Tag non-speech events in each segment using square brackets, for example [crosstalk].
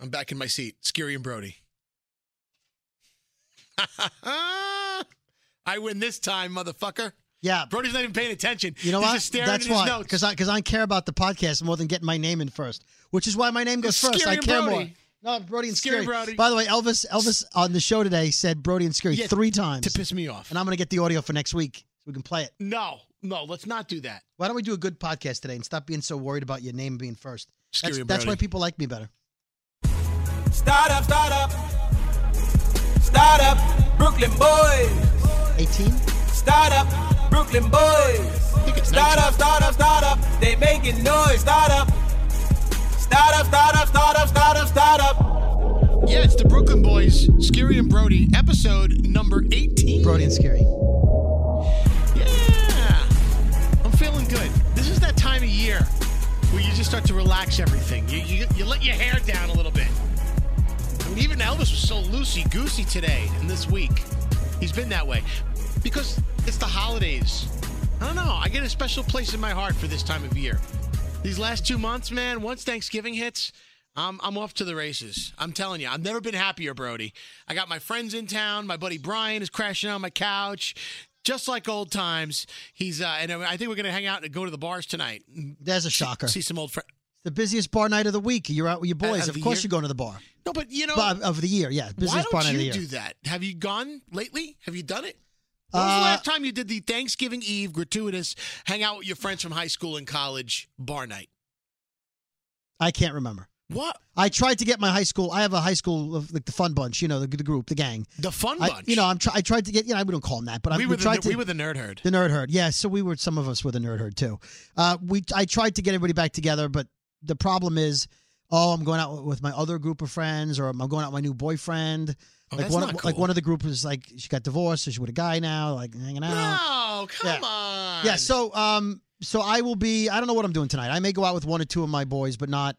I'm back in my seat. Scary and Brody. [laughs] I win this time, motherfucker. Yeah. Brody's not even paying attention. You know He's what? Just staring That's at his why, notes. because I because I care about the podcast more than getting my name in first, which is why my name goes It's first. Scary I and care Brody. more. No, Brody and Scary Scary. and Brody. By the way, Elvis Elvis on the show today said Brody and Scary Yeah, three times, to piss me off. and I'm gonna get the audio for next week so we can play it. no, no, let's not do that. Why don't we do a good podcast today and stop being so worried about your name being first? Scary That's, and that's why Brody. people like me better. Start up, start up. Start up, Brooklyn boys. 18. Start up, Brooklyn boys. it's Start up, start up, start up. They making noise. Start up. Start up, start up, start up, start up, start up. Yeah, it's the Brooklyn Boys, Scary and Brody, episode number 18. Brody and Scary. Yeah. I'm feeling good. This is that time of year where you just start to relax everything. You, you, you let your hair down a little bit. I mean, even Elvis was so loosey goosey today and this week. He's been that way because it's the holidays. I don't know. I get a special place in my heart for this time of year. These last two months, man, once Thanksgiving hits, I'm, I'm off to the races. I'm telling you, I've never been happier, Brody. I got my friends in town. My buddy Brian is crashing on my couch. Just like old times, he's uh, and I think we're gonna hang out and go to the bars tonight, and There's a shocker. see some old friends. the busiest bar night of the week. You're out with your boys. of of the course, year? you're going to the bar. No, but you know, But of the year, yeah. Why Busiest don't bar night of the you year. do that? Have you gone lately? Have you done it? When was the Uh, last time you did the Thanksgiving Eve gratuitous hang out with your friends from high school and college bar night? I can't remember. What I tried to get my high school. I have a high school of like the fun bunch, you know, the, the group, the gang. the fun I- bunch? you know, I'm try, I tried to get. You know, I wouldn't call them that, but I we were the, tried ner- to. we were the nerd herd. the nerd herd, yeah. So we were. Some of us were the nerd herd too. Uh, we I tried to get everybody back together, but the problem is, oh, I'm going out with my other group of friends, or I'm going out with my new boyfriend. Oh, like that's one, of- not like cool. one of the group was like she got divorced, so she's with a guy now, like hanging out. No, come uh, Yeah. on. Yeah, so um so I will be I don't know what I'm doing tonight. I may go out with one or two of my boys, but not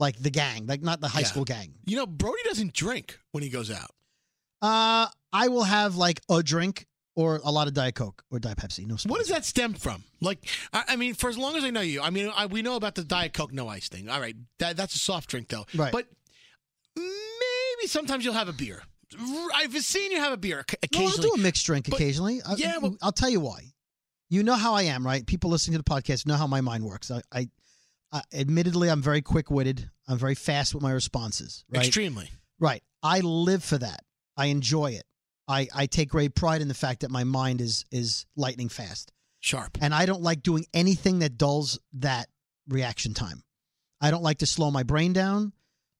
like the gang, like not the high Yeah. school gang. you know, Brody doesn't drink when he goes out. Uh I will have like a drink or a lot of Diet Coke or Diet Pepsi. No What sponsor. does that stem from? Like, I, I mean, for as long as I know you, I mean, I, we know about the Diet Coke no ice thing. All right, that, that's a soft drink though. Right. But maybe sometimes you'll have a beer. R- I've seen you have a beer oc- No, I'll occasionally. do a mixed drink But- occasionally. I, yeah, but- I'll tell you why. You know how I am, right? People listening to the podcast know how my mind works. I, I, I admittedly, I'm very quick-witted. I'm very fast with my responses. Right. Extremely. Right. I live for that. I enjoy it. I, I take great pride in the fact that my mind is is lightning fast. Sharp. And I don't like doing anything that dulls that reaction time. I don't like to slow my brain down.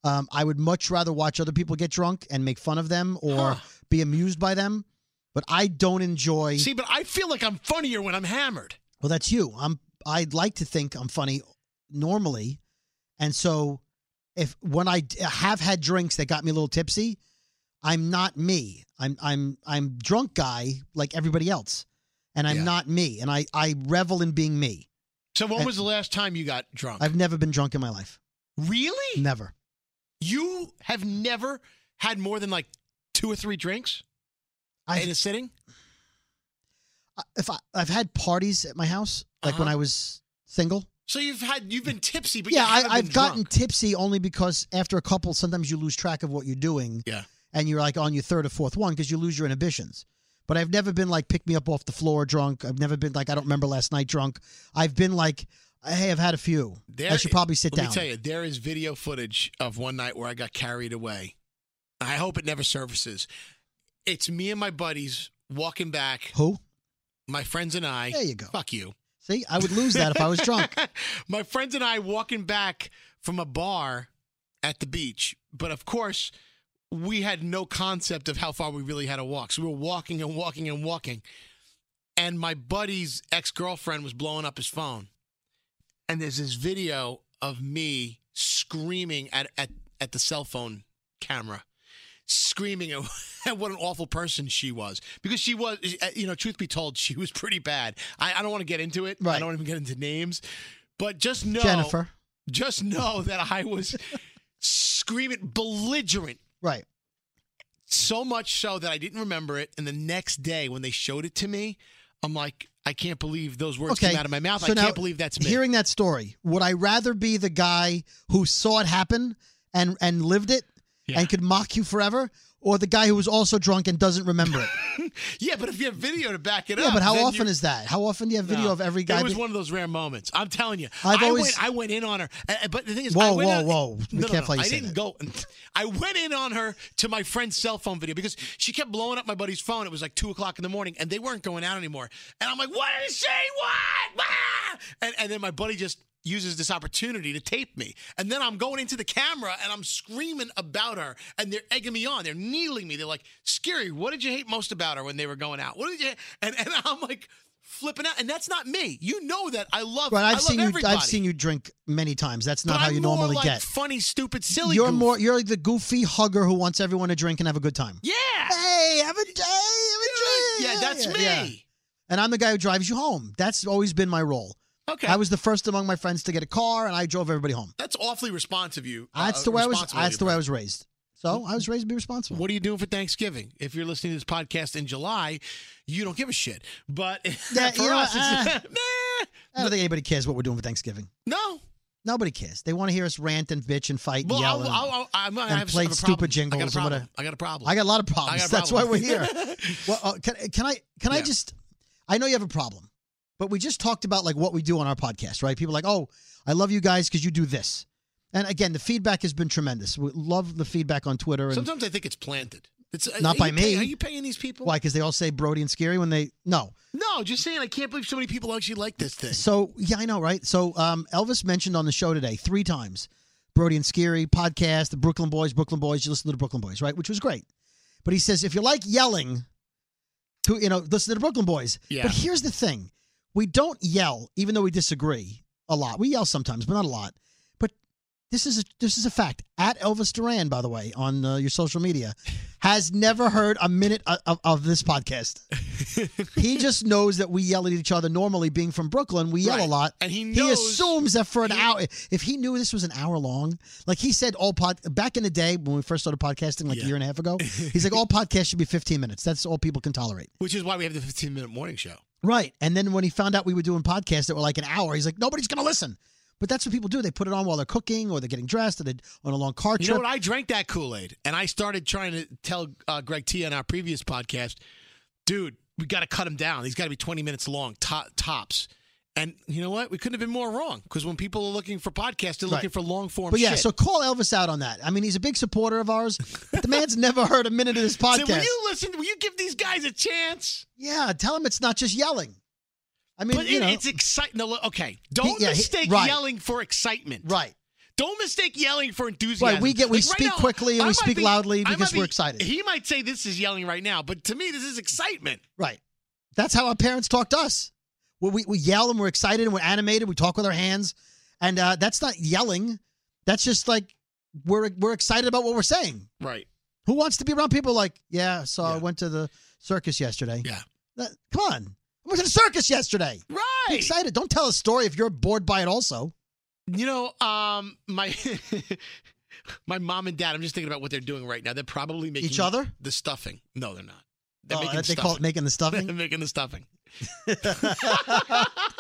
Um, I would much rather watch other people get drunk and make fun of them or Huh. be amused by them. But I don't enjoy. See, but I feel like I'm funnier when I'm hammered. well, that's you. I'm. I'd like to think I'm funny normally, and so if when I d- have had drinks that got me a little tipsy, I'm not me. I'm I'm I'm drunk guy like everybody else, and I'm Yeah. not me. And I I revel in being me. So when I- was the last time you got drunk? I've Mm. never been drunk in my life. really? Never. You have never had more than like two or three drinks in I a sitting? if I, I've had parties at my house, like when Uh-huh. I was single. So you've had you've been tipsy, but yeah, you haven't I, I've been gotten drunk. tipsy only because after a couple, sometimes you lose track of what you're doing. Yeah. and you're like on your third or fourth one because you lose your inhibitions. But I've never been like pick me up off the floor drunk. I've never been like I don't remember last night drunk. I've been like hey, I've had a few. I There- should probably sit Let down. me tell you, there is video footage of one night where I got carried away. I hope it never surfaces. It's me and my buddies walking back, Who? my friends and I. There you go. Fuck you. See, I would lose that if I [laughs] was drunk. my friends and I walking back from a bar at the beach, but of course, we had no concept of how far we really had to walk. So we were walking and walking and walking. And my buddy's ex girlfriend was blowing up his phone. And there's this video of me screaming at, at, at the cell phone camera, screaming at, [laughs] at what an awful person she was. Because she was, eh, you know, truth be told, she was pretty bad. I, I don't want to get into it. I Right. don't even get into names. But just know Jennifer. just know [laughs] that I was screaming belligerent Right. so much so that I didn't remember it. And the next day when they showed it to me, I'm like, I can't believe those words Okay, came out of my mouth. so I now can't believe that's me. Hearing that story, would I rather be the guy who saw it happen and and lived it Yeah. and could mock you forever, or the guy who was also drunk and doesn't remember [laughs] it. yeah, but if you have video to back it yeah, up. but how then often you- is that? How often do you have video No. of every guy? It was be- one of those rare moments. I'm telling you. I've I always- went, I went in on her, Uh, uh, but the thing is, Whoa, I went whoa, on- whoa. Be No, no, careful no. how you I say didn't that. go. I went in on her to my friend's cell phone video because she kept blowing up my buddy's phone. It was like two o'clock in the morning, and they weren't going out anymore. And I'm like, "What did she What?" Ah! And and then my buddy just uses this opportunity to tape me, and then I'm going into the camera and I'm screaming about her, and they're egging me on. They're kneeling me. They're like, "Scary, what did you hate most about her when they were going out? What did you?" And and [laughs] I'm like. Flipping out, and that's not me. You know that I love. But I I've love seen you. I've everybody. seen you drink many times. That's not But how I'm you more normally like get. Funny, stupid, silly. you're goof. more. You're like the goofy hugger who wants everyone to drink and have a good time. Yeah. Hey, have a day, have a drink. Yeah, that's me. Yeah. And I'm the guy who drives you home. That's always been my role. Okay. I was the first among my friends to get a car, and I drove everybody home. that's awfully responsive. You. uh, That's the way I was. responsible of That's you, the way I Brad. was raised. So I was raised to be responsible. What are you doing for Thanksgiving? If you're listening to this podcast in July, you don't give a shit. But [laughs] Yeah, for you know, uh, us, it's, [laughs] Nah. I don't think anybody cares what we're doing for Thanksgiving. no. Nobody cares. They want to hear us rant and bitch and fight Well, and yell. I'll, and- I'll, I'll, I'm, I and have played I have a stupid problem. I got jingles a and problem. whatever. I got a problem. I got a lot of I problems. got a [laughs] That's why problem. we're here. well, uh, can, can I? Can I Yeah. just? I know you have a problem, but we just talked about like what we do on our podcast, right? People are like, oh, I love you guys because you do this. And again, the feedback has been tremendous. We love the feedback on Twitter. [laughs] And Sometimes I think it's planted. It's uh, Not are by you me. pay- are you paying these people? why? Because they all say Brody and Scary when they no. No, just saying. I can't believe so many people actually like this thing. So yeah, I know, right? So um, Elvis mentioned on the show today three times, Brody and Scary podcast, the Brooklyn Boys, Brooklyn Boys. You listen to the Brooklyn Boys, right? Which was great. But he says if you like yelling, to you know, listen to the Brooklyn Boys. Yeah. But here's the thing: we don't yell, even though we disagree a lot. We yell sometimes, but not a lot. But this is a, this is a fact. At Elvis Duran, by the way, on uh, your social media, has never heard a minute of, of, of [laughs] this podcast. he just knows that we yell at each other normally. Being from Brooklyn, we yell a Right. lot, And he he knows- assumes that for an he- hour. If he knew this was an hour long, like he said, all pod back in the day when we first started podcasting, like Yeah. a year and a [laughs] half ago, he's like, all podcasts should be 15 minutes. That's all people can tolerate. Which is why we have the 15 minute morning show. Right. And then when he found out we were doing podcasts that were like an hour, he's like, nobody's going to listen. But that's what people do. They put it on while they're cooking or they're getting dressed or they're on a long car You trip. know what? I drank that Kool Aid, and I started trying to tell uh, Greg T on our previous podcast, dude, we got to cut him down. He's got to be 20 minutes long, to- tops. And you know what? We couldn't have been more wrong because when people are looking for podcasts, they're Right. looking for long form. but yeah, shit. so call Elvis out on that. I mean, he's a big supporter of ours. But the man's [laughs] never heard a minute of this [laughs] So will podcast. you listen? Will you give these guys a chance? yeah, tell him it's not just yelling. I mean, But you it, know, it's exciting. No, look, okay, don't yeah, he- mistake right. yelling for excitement. right. Don't mistake yelling for enthusiasm. Right, we get- we right speak quickly and I we might speak loudly I because might we're excited. He might say this is yelling right now, but to me, this is excitement. Right. That's how our parents talked to us. We, we, we yell and we're excited and we're animated. We talk with our hands. And uh, that's not yelling. That's just like we're, we're excited about what we're saying. Right. Who wants to be around people like, yeah, so I Yeah. went to the circus yesterday. Yeah. That- come on. I went to the circus yesterday. Right. Be excited. Don't tell a story if you're bored by it also. You know, um, my [laughs] my mom and dad. I'm just thinking about what they're doing right now. They're probably making Each other? the stuffing. No, they're not. They're Oh, making they stuffing. [laughs] call it making they're the stuffing. making the [laughs] stuffing. [laughs]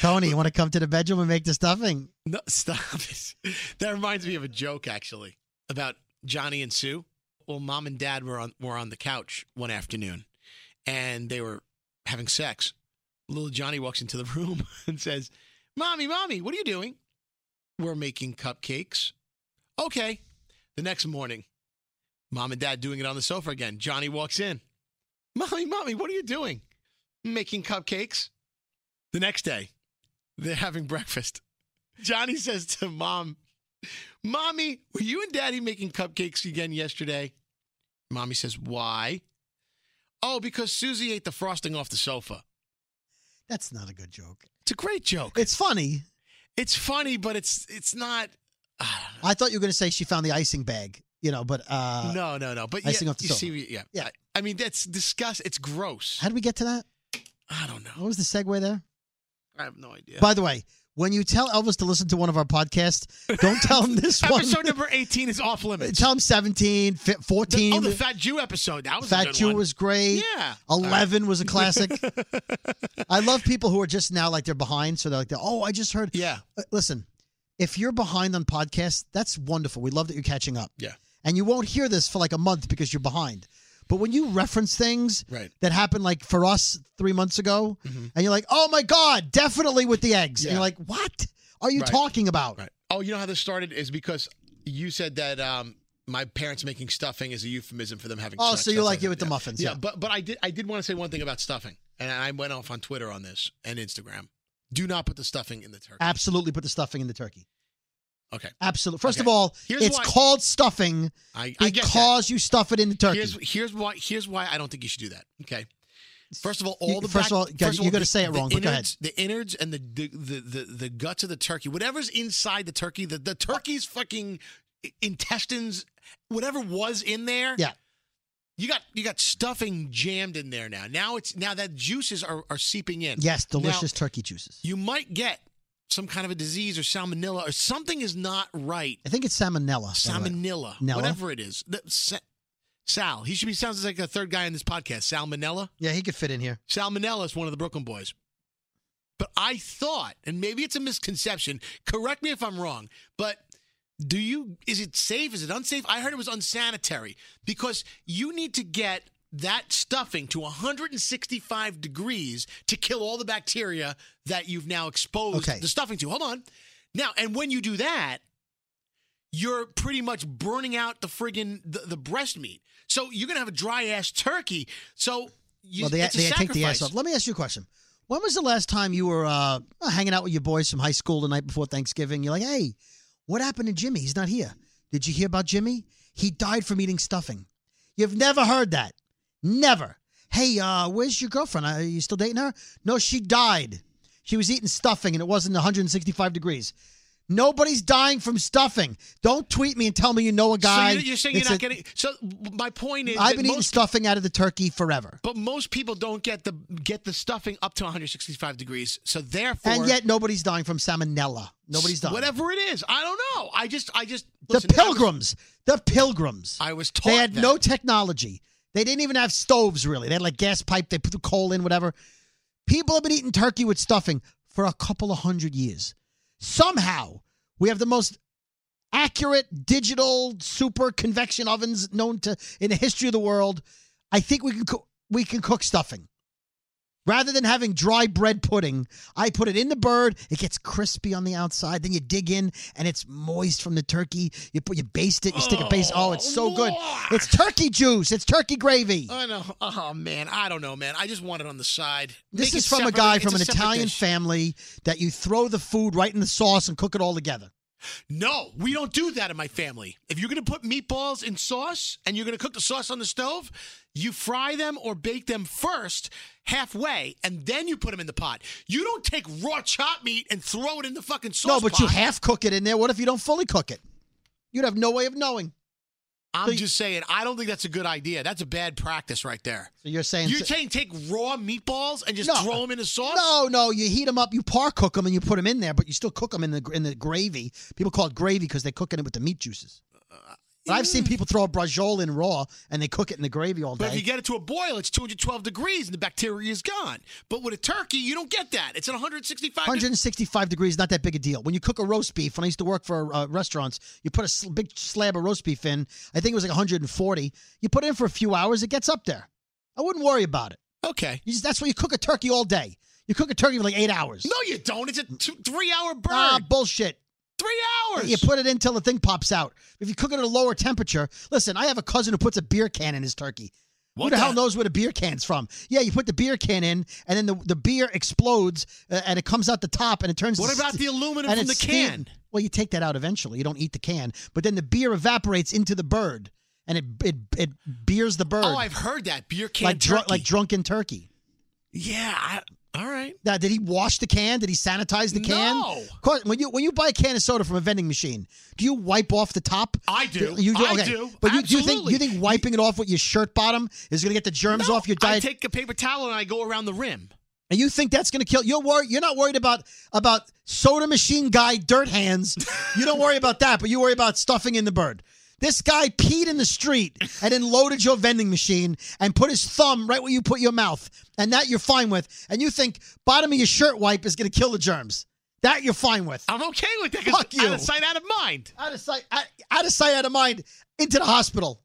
Tony, you want to come to the bedroom and make the stuffing? No, [laughs] stop it. That reminds me of a joke actually about Johnny and Sue. Well, mom and dad were on were on the couch one afternoon, and they were having sex. Little Johnny walks into the [laughs] room and says, "Mommy, mommy, what are you doing?" "We're making cupcakes." "Okay." The next morning, mom and dad doing it on the sofa again. Johnny walks in. "Mommy, mommy, what are you doing?" "Making cupcakes." The next day, they're having breakfast. Johnny says to mom, Mommy, were you and daddy making cupcakes again yesterday? Mommy says, Why? Oh, because Susie ate the frosting off the sofa. That's not a good joke. It's a great joke. It's funny. It's funny, but it's it's not. I don't I thought you were going to say she found the icing bag, you know, but uh, know. no, no, no. But icing yeah, off the you sofa. see, yeah, Yeah. I mean, that's disgust. It's gross. How did we get to that? I don't know. What was the segue there? I have no idea. By the way, when you tell Elvis to listen to one of our podcasts, don't [laughs] tell him this one. episode number eighteen is off limits. [laughs] tell him 17, fi- 14. oh, the Fat Jew episode. That was a Fat good Jew one. was great. Yeah. 11 was a classic. I love people who are just now like they're behind. So they're like, oh, I just heard. [laughs] Yeah. Uh, Listen, if you're behind on podcasts, that's wonderful. We love that you're catching up. Yeah. And you won't hear this for like a month because you're behind. But when you reference things Right. that happened like for us three months ago, and you're like, oh my God, definitely with the eggs. Mm-hmm. Yeah. And you're like, what are you Right. talking about? Right. Oh, you know how this started is because you said that um, my parents making stuffing is a euphemism for them having. Oh, sex, so you stuff like like it that. with the Yeah. muffins, Yeah, yeah. but but I did I did want to say one thing about stuffing, and I went off on Twitter on this and Instagram. Do not put the stuffing in the turkey. Absolutely put the stuffing in the turkey. Okay, Absolutely. First of Okay. all, Here's it's why- called stuffing I, I get that. because you stuff it in the turkey. Here's here's why here's why I don't think you should do that. Okay. First of all, all You- the first back- of all, guys, you all, gotta the- say it the wrong, but go ahead. innards- The innards and the the, the the the guts of the turkey, whatever's inside the turkey, the the turkey's fucking intestines, whatever was in there. Yeah. You got you got stuffing jammed in there now. Now it's now that juices are, are seeping in. Yes, Now, delicious turkey juices. you might get some kind of a disease or salmonella or something is not right. I think it's salmonella. by the way. Salmonella, Nella? whatever it is. The- Sa- Sal, he should be sounds like a third guy in this podcast. Salmonella. Yeah, he could fit in here. Salmonella is one of the Brooklyn boys. But I thought, and maybe it's a misconception. Correct me if I'm wrong, but do you is it safe? Is it unsafe? I heard it was unsanitary because you need to get that stuffing to 165 degrees to kill all the bacteria that you've now exposed Okay. the stuffing to. Hold on. Now, and when you do that, you're pretty much burning out the friggin' the, the breast meat. So you're gonna have a dry ass turkey. So you, well, they, it's a they take sacrifice. the ass off. Let me ask you a question. When was the last time you were uh, hanging out with your boys from high school the night before Thanksgiving? You're like, hey, what happened to Jimmy? He's not here. Did you hear about Jimmy? He died from eating stuffing. You've never heard that. Never. Hey, uh, where's your girlfriend? Are you still dating her? No, she died. She was eating stuffing and it wasn't 165 degrees. Nobody's dying from stuffing. Don't tweet me and tell me you know a guy. So you're, you're saying you're that's not a- getting. So my point is, I've that been eating most, stuffing out of the turkey forever. but most people don't get the get the stuffing up to 165 degrees. So therefore, And yet nobody's dying from salmonella. Nobody's dying. whatever it is, I don't know. I just, I just The listen, I was- pilgrims. The pilgrims. I was taught They had that. no technology. They didn't even have stoves, really. They had like gas pipe. They put the coal in, whatever. People have been eating turkey with stuffing for a couple of hundred years. Somehow, we have the most accurate digital super convection ovens known to in the history of the world. I think we can co- we can cook stuffing. Rather than having dry bread pudding, I put it in the bird. It gets crispy on the outside. Then you dig in, and it's moist from the turkey. You put you baste it. You stick a base. Oh, it's so good. Lord. It's turkey juice. It's turkey gravy. I know. Oh man, I don't know, man. I just want it on the side. This Make is it from a separate. guy It's from a an separate Italian dish. family that you throw the food right in the sauce and cook it all together. No, we don't do that in my family. If you're going to put meatballs in sauce and you're going to cook the sauce on the stove, you fry them or bake them first halfway and then you put them in the pot. You don't take raw chopped meat and throw it in the fucking sauce. no, but you pot. half cook it in there. What if you don't fully cook it? You'd have no way of knowing. I'm so you- just saying, I don't think that's a good idea. That's a bad practice right there. So you're saying You're saying take raw meatballs and just No. throw them in the sauce? no, no. You heat them up, you par cook them, and you put them in there, but you still cook them in the in the gravy. People call it gravy because they're cooking it with the meat juices. But I've seen people throw a braciole in raw and they cook it in the gravy all Mm. But if day. you get it to a boil, it's 212 degrees and the bacteria is gone. But with a turkey, you don't get that. It's at 165 degrees. 165 degrees, not that big a deal. When you cook a roast beef, when I used to work for uh, restaurants, you put a sl- big slab of roast beef in. I think it was like 140. You put it in for a few hours, it gets up there. I wouldn't worry about it. Okay. You just, that's why you cook a turkey all day. You cook a turkey for like eight hours. No, you don't. It's a two, three hour bird. ah, bullshit. three hours. You put it in till the thing pops out. If you cook it at a lower temperature, listen, I have a cousin who puts a beer can in his turkey. What who the, hell the- knows where the beer can's from? Yeah, you put the beer can in, and then the, the beer explodes, uh, and it comes out the top, and it turns. What to about ste- the aluminum and from it's the steam. can? Well, you take that out eventually. You don't eat the can, but then the beer evaporates into the bird, and it it it beers the bird Oh, I've heard that beer can like turkey. dr- like drunken turkey. yeah. I, all right. Now, did he wash the can? Did he sanitize the can? No. Of course, when you when you buy a can of soda from a vending machine, do you wipe off the top? I do. You I okay. do. But you, do you think Absolutely. you think wiping it off with your shirt bottom is going to get the germs No, off your I diet? take a paper towel and I go around the rim. and you think that's going to kill? You're worried. You're not worried about about soda machine guy dirt hands. you don't worry about that, but you worry about stuffing in the bird. This guy peed in the street and then loaded your vending machine and put his thumb right where you put your mouth, and that you're fine with. And you think bottom of your shirt wipe is going to kill the germs? That you're fine with. I'm okay with that. 'cause Fuck you. Out of sight, out of mind. Out of sight, out, out of sight, out of mind. Into the hospital.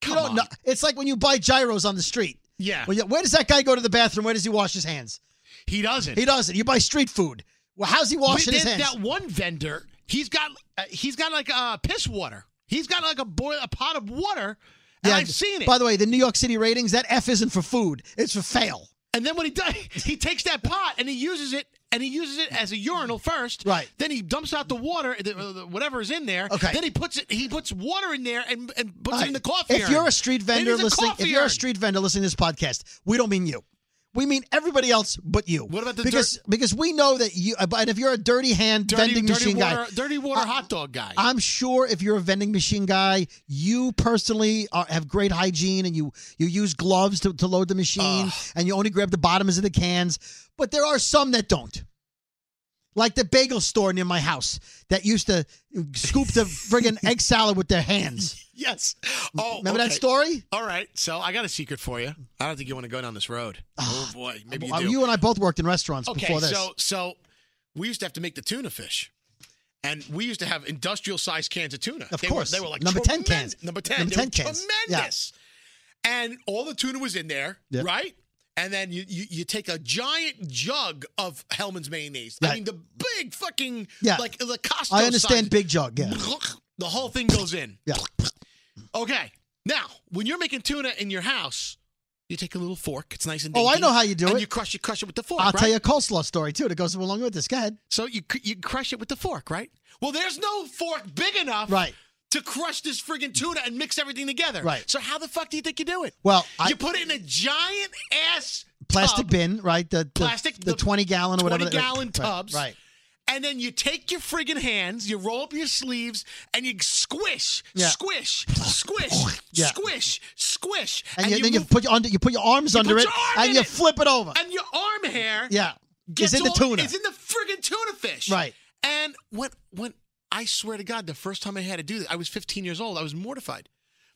Come you don't on. know. It's like when you buy gyros on the street. Yeah, Well, yeah, where does that guy go to the bathroom? Where does he wash his hands? he doesn't. He doesn't. You buy street food. Well, how's he But washing his there's hands? That one vendor, he's got uh, he's got like uh, piss water. He's got like a boil, a pot of water. And I've seen it. By the way, the New York City ratings, that F isn't for food. It's for fail. and then what he does, [laughs] he takes that pot and he uses it. And he uses it as a urinal first. Right. Then he dumps out the water, the, uh, the- whatever is in there. Okay. Then he puts it. He puts water in there and, and puts it in the All right. coffee. If urn. you're a street Then vendor he's a listening, coffee if you're a urn. street vendor listening to this podcast, we don't mean you. We mean everybody else but you. What about the because because we know that you. uh, And if you're a dirty hand dirty, vending dirty machine water, guy, Uh, dirty water I- hot dog guy. I'm sure if you're a vending machine guy, you personally are, have great hygiene and you you use gloves to, to load the machine and you only grab the bottoms of the cans. But there are some that don't. Like the bagel store near my house that used to scoop the friggin' [laughs] egg salad with their hands. [laughs] [laughs] yes. Oh, Remember that okay. story? All right. So I got a secret for you. I don't think you want to go down this [sighs] road. Oh boy, maybe you Well, do. you and I both worked in restaurants Okay, before this. so so we used to have to make the tuna fish, and we used to have industrial sized cans of tuna. Of they course. were, they were like Number 10 tremendous- cans. number ten, Number They were 10 cans. Yeah. tremendous. And all the tuna was in there, Yep. right? And then you, you you take a giant jug of Hellman's mayonnaise. I Right. mean, the big fucking Yeah. like the Costco. I understand size. Big [laughs] Jug, yeah. The whole thing goes in. Yeah. Okay. Now, when you're making tuna in your house, you take a little fork. It's nice and Oh, I dainty, know how you do and it. you crush it, crush it with the fork. I'll right? tell you a coleslaw story too that goes along with this. Go ahead. So you cr- you crush it with the fork, right? Well, there's no fork big enough Right. to crush this friggin' tuna and mix everything together. Right. So how the fuck do you think you do it? Well, I, you put it in a giant ass plastic tub, bin, right? The, the Plastic, the, the twenty gallon or whatever. 20 gallon right, tubs. right? and then you take your friggin' hands, you roll up your sleeves, and you squish, Yeah. squish, squish, Yeah. squish, squish, And, you, then you move- put your under, you put your arms under put it, your arm and in you it. flip it over. and your arm hair yeah, gets it's in the all- tuna. It's in the friggin' tuna fish. Right. And when when I swear to God, the first time I had to do this, I was 15 years old. I was mortified.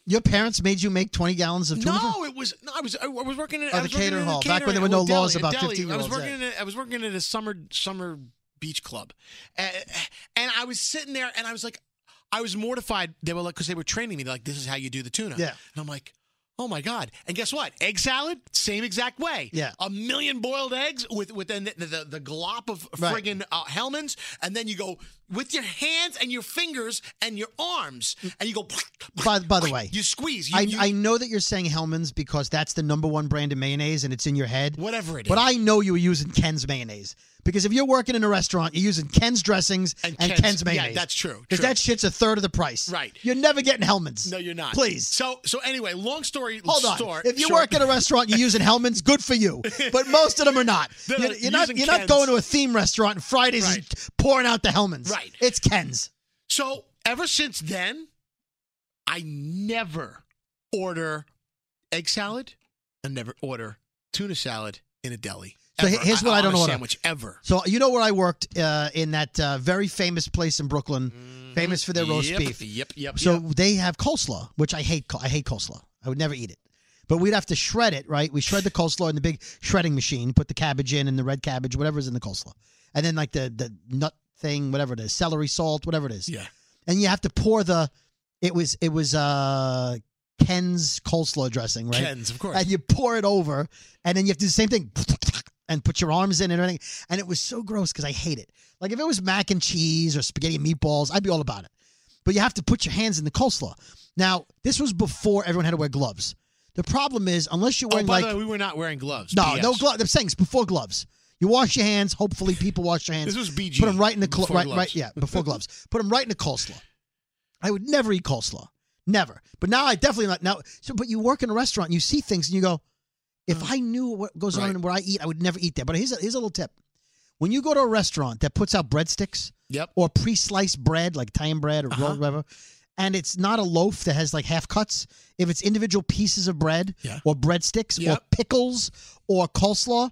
your parents made you make twenty gallons of tuna. No, it was no. I was I was working at Oh, I the was working catering in a hall, back when catering- there were no oh, deli- laws a about deli. I was 15-year-olds, working yeah. in a, I was working at a summer summer beach club, and, and I was sitting there and I was like, I was mortified. They were like, because they were training me they're like, this is how you do the tuna. Yeah. and I'm like. Oh my God! And guess what? Egg salad, same exacct way. Yeah. a million boiled eggs with with the the, the, the glop of Right. friggin' uh, Hellman's, and then you go with your hands and your fingers and your arms, and you go. Mm. By- by the way, you squeeze. You, I, you- I know that you're saying Hellman's because that's the number one brand of mayonnaise, and it's in your head. whatever it is. But I know you were using Ken's mayonnaise because if you're working in a restaurant, you're using Ken's dressings and, And Ken's, Ken's- yeah, mayonnaise. that's true, Because true. that shit's a third of the price. Right. You're never getting Hellman's. No, you're not. Please. So so anyway, long story. Hold on. Store, if you short- work at a restaurant, you're using Hellman's. Good [laughs] for you. But most of them are not. They're you're not you're not. using You're not Ken's. going to a theme restaurant and Fridays is Right. pouring out the Hellman's. Right. It's Ken's. so ever since then, I never order egg salad. I never order tuna salad in a deli. So ever. he- here's what I on don't a order. Sandwich ever. So you know where I worked uh, in that uh, very famous place in Brooklyn, famous for their roast Mm, yep, beef. Yep, yep. So yep. they have coleslaw, which I hate. col- I hate coleslaw. I would never eat it. But we'd have to shred it, right? We shred the coleslaw in the big shredding machine, put the cabbage in and the red cabbage, whatever's in the coleslaw, and then like the the nut thing, whatever it is, celery salt, whatever it is. yeah. and you have to pour the it was it was uh Ken's coleslaw dressing, right? Ken's, of course. And you pour it over and then you have to do the same thing and put your arms in and everything. And it was so gross because I hate it. Like if it was mac and cheese or spaghetti and meatballs, I'd be all about it. But you have to put your hands in the coleslaw. Now, this was before everyone had to wear gloves. The problem is unless you're oh, by wearing like the way, we were not wearing gloves. no, PS. no gloves. I'm saying it's before gloves. You wash your hands. Hopefully, people wash their hands. This was BG, Put them right in the clo- before right, gloves. right, yeah, [laughs] before gloves. Put them right in the coleslaw. I would never eat coleslaw, never. But now I definitely not now. So, but you work in a restaurant, and you see things, and you go, "If I knew what goes on Mm. Right. and what I eat, I would never eat that." But here's a, here's a little tip: when you go to a restaurant that puts out breadsticks Yep. or pre-sliced bread, like Italian bread or roll Uh-huh. whatever, and it's not a loaf that has like half cuts. If it's individual pieces of bread Yeah. or breadsticks or Yep. pickles or coleslaw,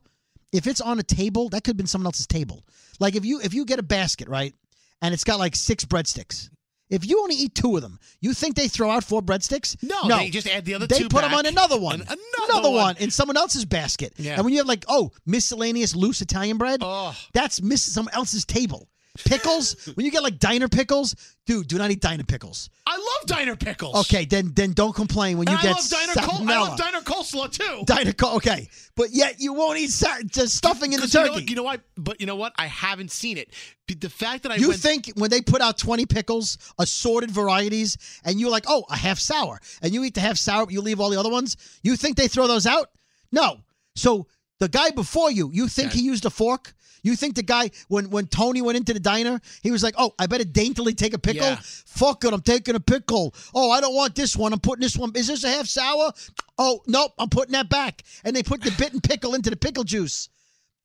if it's on a table, that could have been someone else's table. Like if you if you get a basket right, and it's got like six breadsticks, If you only eat two of them, you think they throw out four breadsticks? No, no. they just add the other They two. put back. them on another one, And another, one. in someone else's basket. Yeah. And when you have like, oh, miscellaneous loose Italian bread, Oh, that's miss someone else's table. [laughs] Pickles, when you get like diner pickles, dude, do not eat diner pickles. I love diner pickles. Okay, then then don't complain when and you I get love diner. Col- I salmonella. love diner coleslaw too. diner col- okay, but yet you won't eat sa- just stuffing in the 'Cause turkey. You know, what- you know what? But you know what? I haven't seen it. But The fact that I You went think when they put out 20 pickles, assorted varieties, and you're like, oh, a half sour, and you eat the half sour, but you leave all the other ones, you think they throw those out? No. So the guy before you, you think Okay. he used a fork? You think the guy, when, when Tony went into the diner, he was like, oh, I better daintily take a pickle? Yeah. Fuck it, I'm taking a pickle. Oh, I don't want this one. I'm putting this one. Is this a half sour? Oh, nope, I'm putting that back. And they put the bitten pickle into the pickle juice.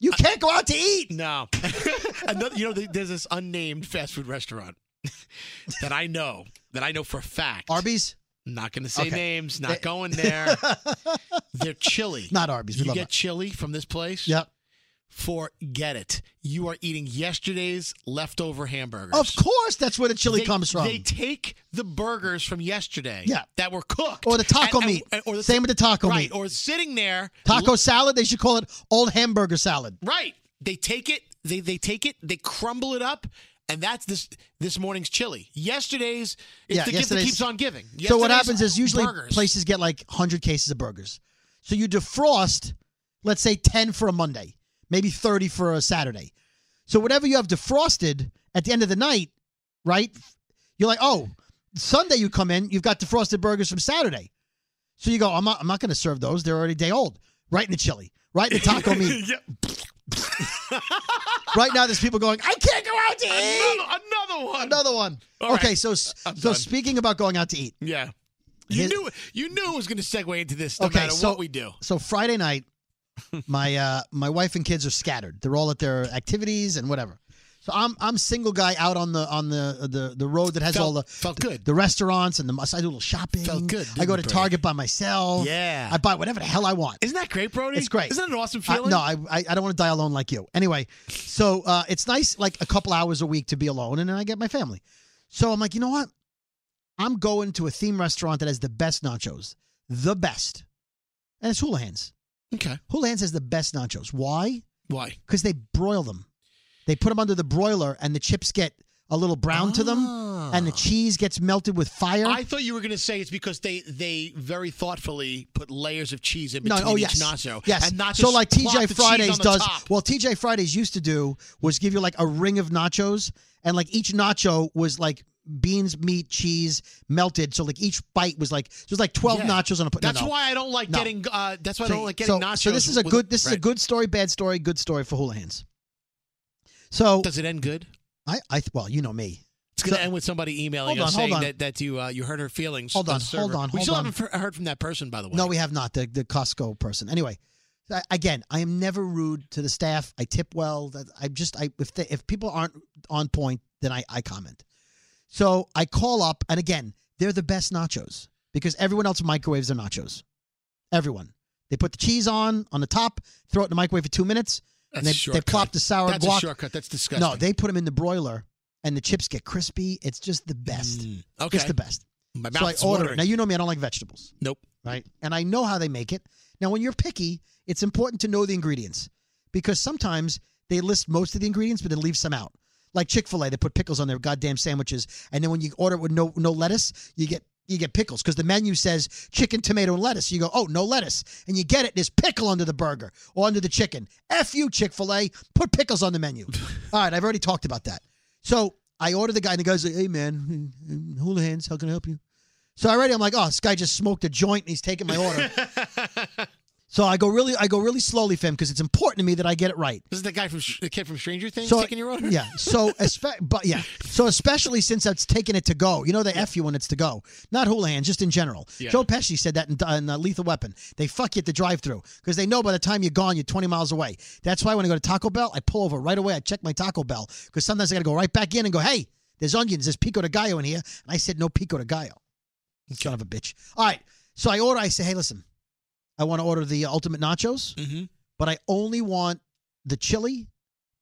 You can't go out to eat. No. [laughs] Another, you know, th- there's this unnamed fast food restaurant [laughs] that I know, that I know for a fact. Arby's? Not going to say Okay. names, not going [laughs] there. They're chili. Not Arby's. We you love get it. chili from this place? Yep. Forget it. You are eating yesterday's leftover hamburgers. Of course, that's where the chili They- comes from. They take the burgers from yesterday Yeah. that were cooked. or the taco and- and- meat. and- or the Same with the taco right, meat. or sitting there taco salad, they should call it old hamburger salad. Right. They take it, they they take it, they crumble it up, and that's this this morning's chili. Yesterday's it's Yeah, the gift that yesterday's- keeps on giving. so what Yesterday's happens is usually burgers. [laughs] places get like 100 cases of burgers. So you defrost, let's say 10 for a Monday, maybe 30 for a Saturday. So whatever you have defrosted at the end of the night, right? You're like, oh, Sunday you come in, you've got defrosted burgers from Saturday. So you go, I'm not, I'm not going to serve those. They're already day old. Right in the chili, right in the [laughs] taco meat. Yeah. right now, there's people going, I can't go out to Another, eat. another one. Another one. All okay, right. so so I'm done. speaking about going out to eat. Yeah. You His- knew it- you knew it was gonna segue into this no Okay, matter so- what we do. So [laughs] Friday night, my uh my wife and kids are scattered. They're all at their activities and whatever. So I'm I'm single guy out on the on the uh, the, the road that has Felt- all the felt good. the restaurants and the so I do a little shopping. Felt good, I go to didn't it, Target by myself. Yeah. I buy whatever the hell I want. Isn't that great, Brody? It's great. Isn't that an awesome I- feeling? no, I, I I don't want to die alone like you. Anyway, so uh, it's nice like a couple hours a week to be alone, and then I get my family. So I'm like, you know what? I'm going to a theme restaurant that has the best nachos, the best, and it's Houlihan's. Okay. Houlihan's has the best nachos. Why? Why? Because they broil them. They put them under the broiler, and the chips get a little brown to them, Ah. and the cheese gets melted with fire. I thought you were going to say it's because they they very thoughtfully put layers of cheese in No, between oh each yes, nacho. yes. And nachos so like plop the TJ cheese Fridays on the does. top. Well, TJ Fridays used to do was give you like a ring of nachos, and like each nacho was like beans, meat, cheese, melted. So like each bite was like so it was like twelve Yeah. nachos on a. pla- No, That's no. why I don't like No. getting. Uh, that's why I don't like so, getting nachos. so this is a with- good. This is a right. good story, bad story, good story for Houlihan's. So Does it end good? I, I well, you know me. It's going to So- end with somebody emailing Hold us on, hold saying on. that, that you uh, you hurt her feelings. Hold on, the server. hold on, We hold still on. haven't f- heard from that person, by the way. No, we have not the the Costco person. Anyway, I- again, I am never rude to the staff. I tip well. That- I'm just I if they, if people aren't on point, then I I comment. So I call up, and again, they're the best nachos because everyone else microwaves their nachos. Everyone, they put the cheese on on the top, throw it in the microwave for two minutes, that's and they a they shortcut. plop the sour That's a guac. shortcut. That's disgusting. No, they put them in the broiler, and the chips get crispy. It's just the best. Mm, okay. It's the best. My So I mouth's order it. watering. Now you know me; I don't like vegetables nope. right? And I know how they make it. Now, when you're picky, it's important to know the ingredients because sometimes they list most of the ingredients, but then leave some out. Like Chick Fil A, they put pickles on their goddamn sandwiches, and then when you order it with no no lettuce, you get you get pickles because the menu says chicken, tomato, and lettuce. You go, oh, no lettuce, and you get it. There's pickle under the burger or under the chicken. F you, Chick Fil A, put pickles on the [laughs] menu. All right, I've already talked about that. So I order the guy, and the guy's like, hey man, [laughs] hula hands, how can I help you? So already I'm like, oh, this guy just smoked a joint and he's taking my order. so I go really, I go really slowly, fam, because it's important to me that I get it right. This is the guy from Sh- the kid from Stranger Things So taking your order. yeah, [laughs] so espe- but yeah, so especially since it's taking it to go. You know the f you when it's to go, not Houlihan, just in general. Yeah. Joe Pesci said that in, in uh, Lethal Weapon. They fuck you at the drive-through because they know by the time you're gone, you're 20 miles away. That's why when I go to Taco Bell, I pull over right away. I check my Taco Bell because sometimes I got to go right back in and go, hey, there's onions, there's pico de gallo in here, and I said no pico de gallo. Son of a bitch. All right. So I order, I say, hey, listen, I want to order the uh, ultimate nachos, Mm-hmm. but I only want the chili,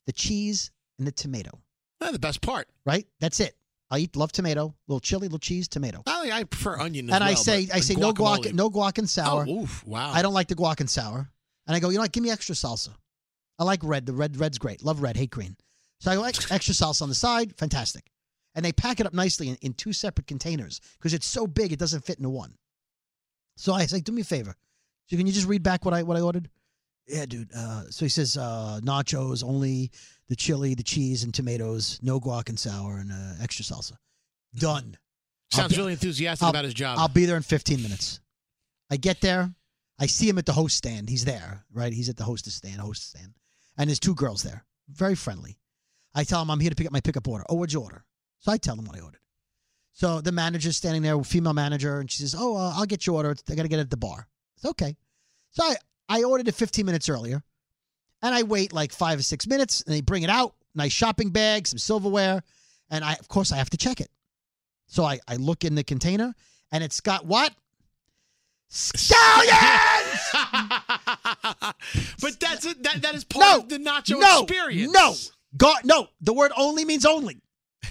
the cheese, and the tomato, the best part. right? That's it. I eat love tomato, little chili, little cheese, tomato. I, think I prefer onion. as and I well, say, but- I but say no guac, guacamole. no guac and sour. Oh, oof, wow. I don't like the guac and sour. And I go, you know what? Give me extra salsa. I like red. The red, red's great. Love red. Hate green. So I go ex- extra salsa on the side. Fantastic. And they pack it up nicely in, in two separate containers because it's so big it doesn't fit into one. So I say, do me a favor. So can you just read back what I what I ordered? Yeah, dude. Uh, so he says uh, nachos only, the chili, the cheese, and tomatoes. No guac and sour, and uh, extra salsa. Done. I'll Sounds be- really enthusiastic I'll- about his job. I'll be there in 15 minutes. I get there. I see him at the host stand. He's there, right? He's at the hostess stand, host stand. And there's two girls there. Very friendly. I tell him I'm here to pick up my pickup order. Oh, what'd you order? So I tell them what I ordered. So the manager's standing there, female manager, and she says, Oh, uh, I'll get your order. I got to get it at the bar. It's okay. So I, I ordered it 15 minutes earlier. And I wait like five or six minutes, and they bring it out. Nice shopping bag, some silverware. And I, of course, I have to check it. So I, I look in the container, and it's got what? [laughs] [laughs] Scallions! but that's a, that that is part No, of the nacho no, experience. no, God, no. The word only means only.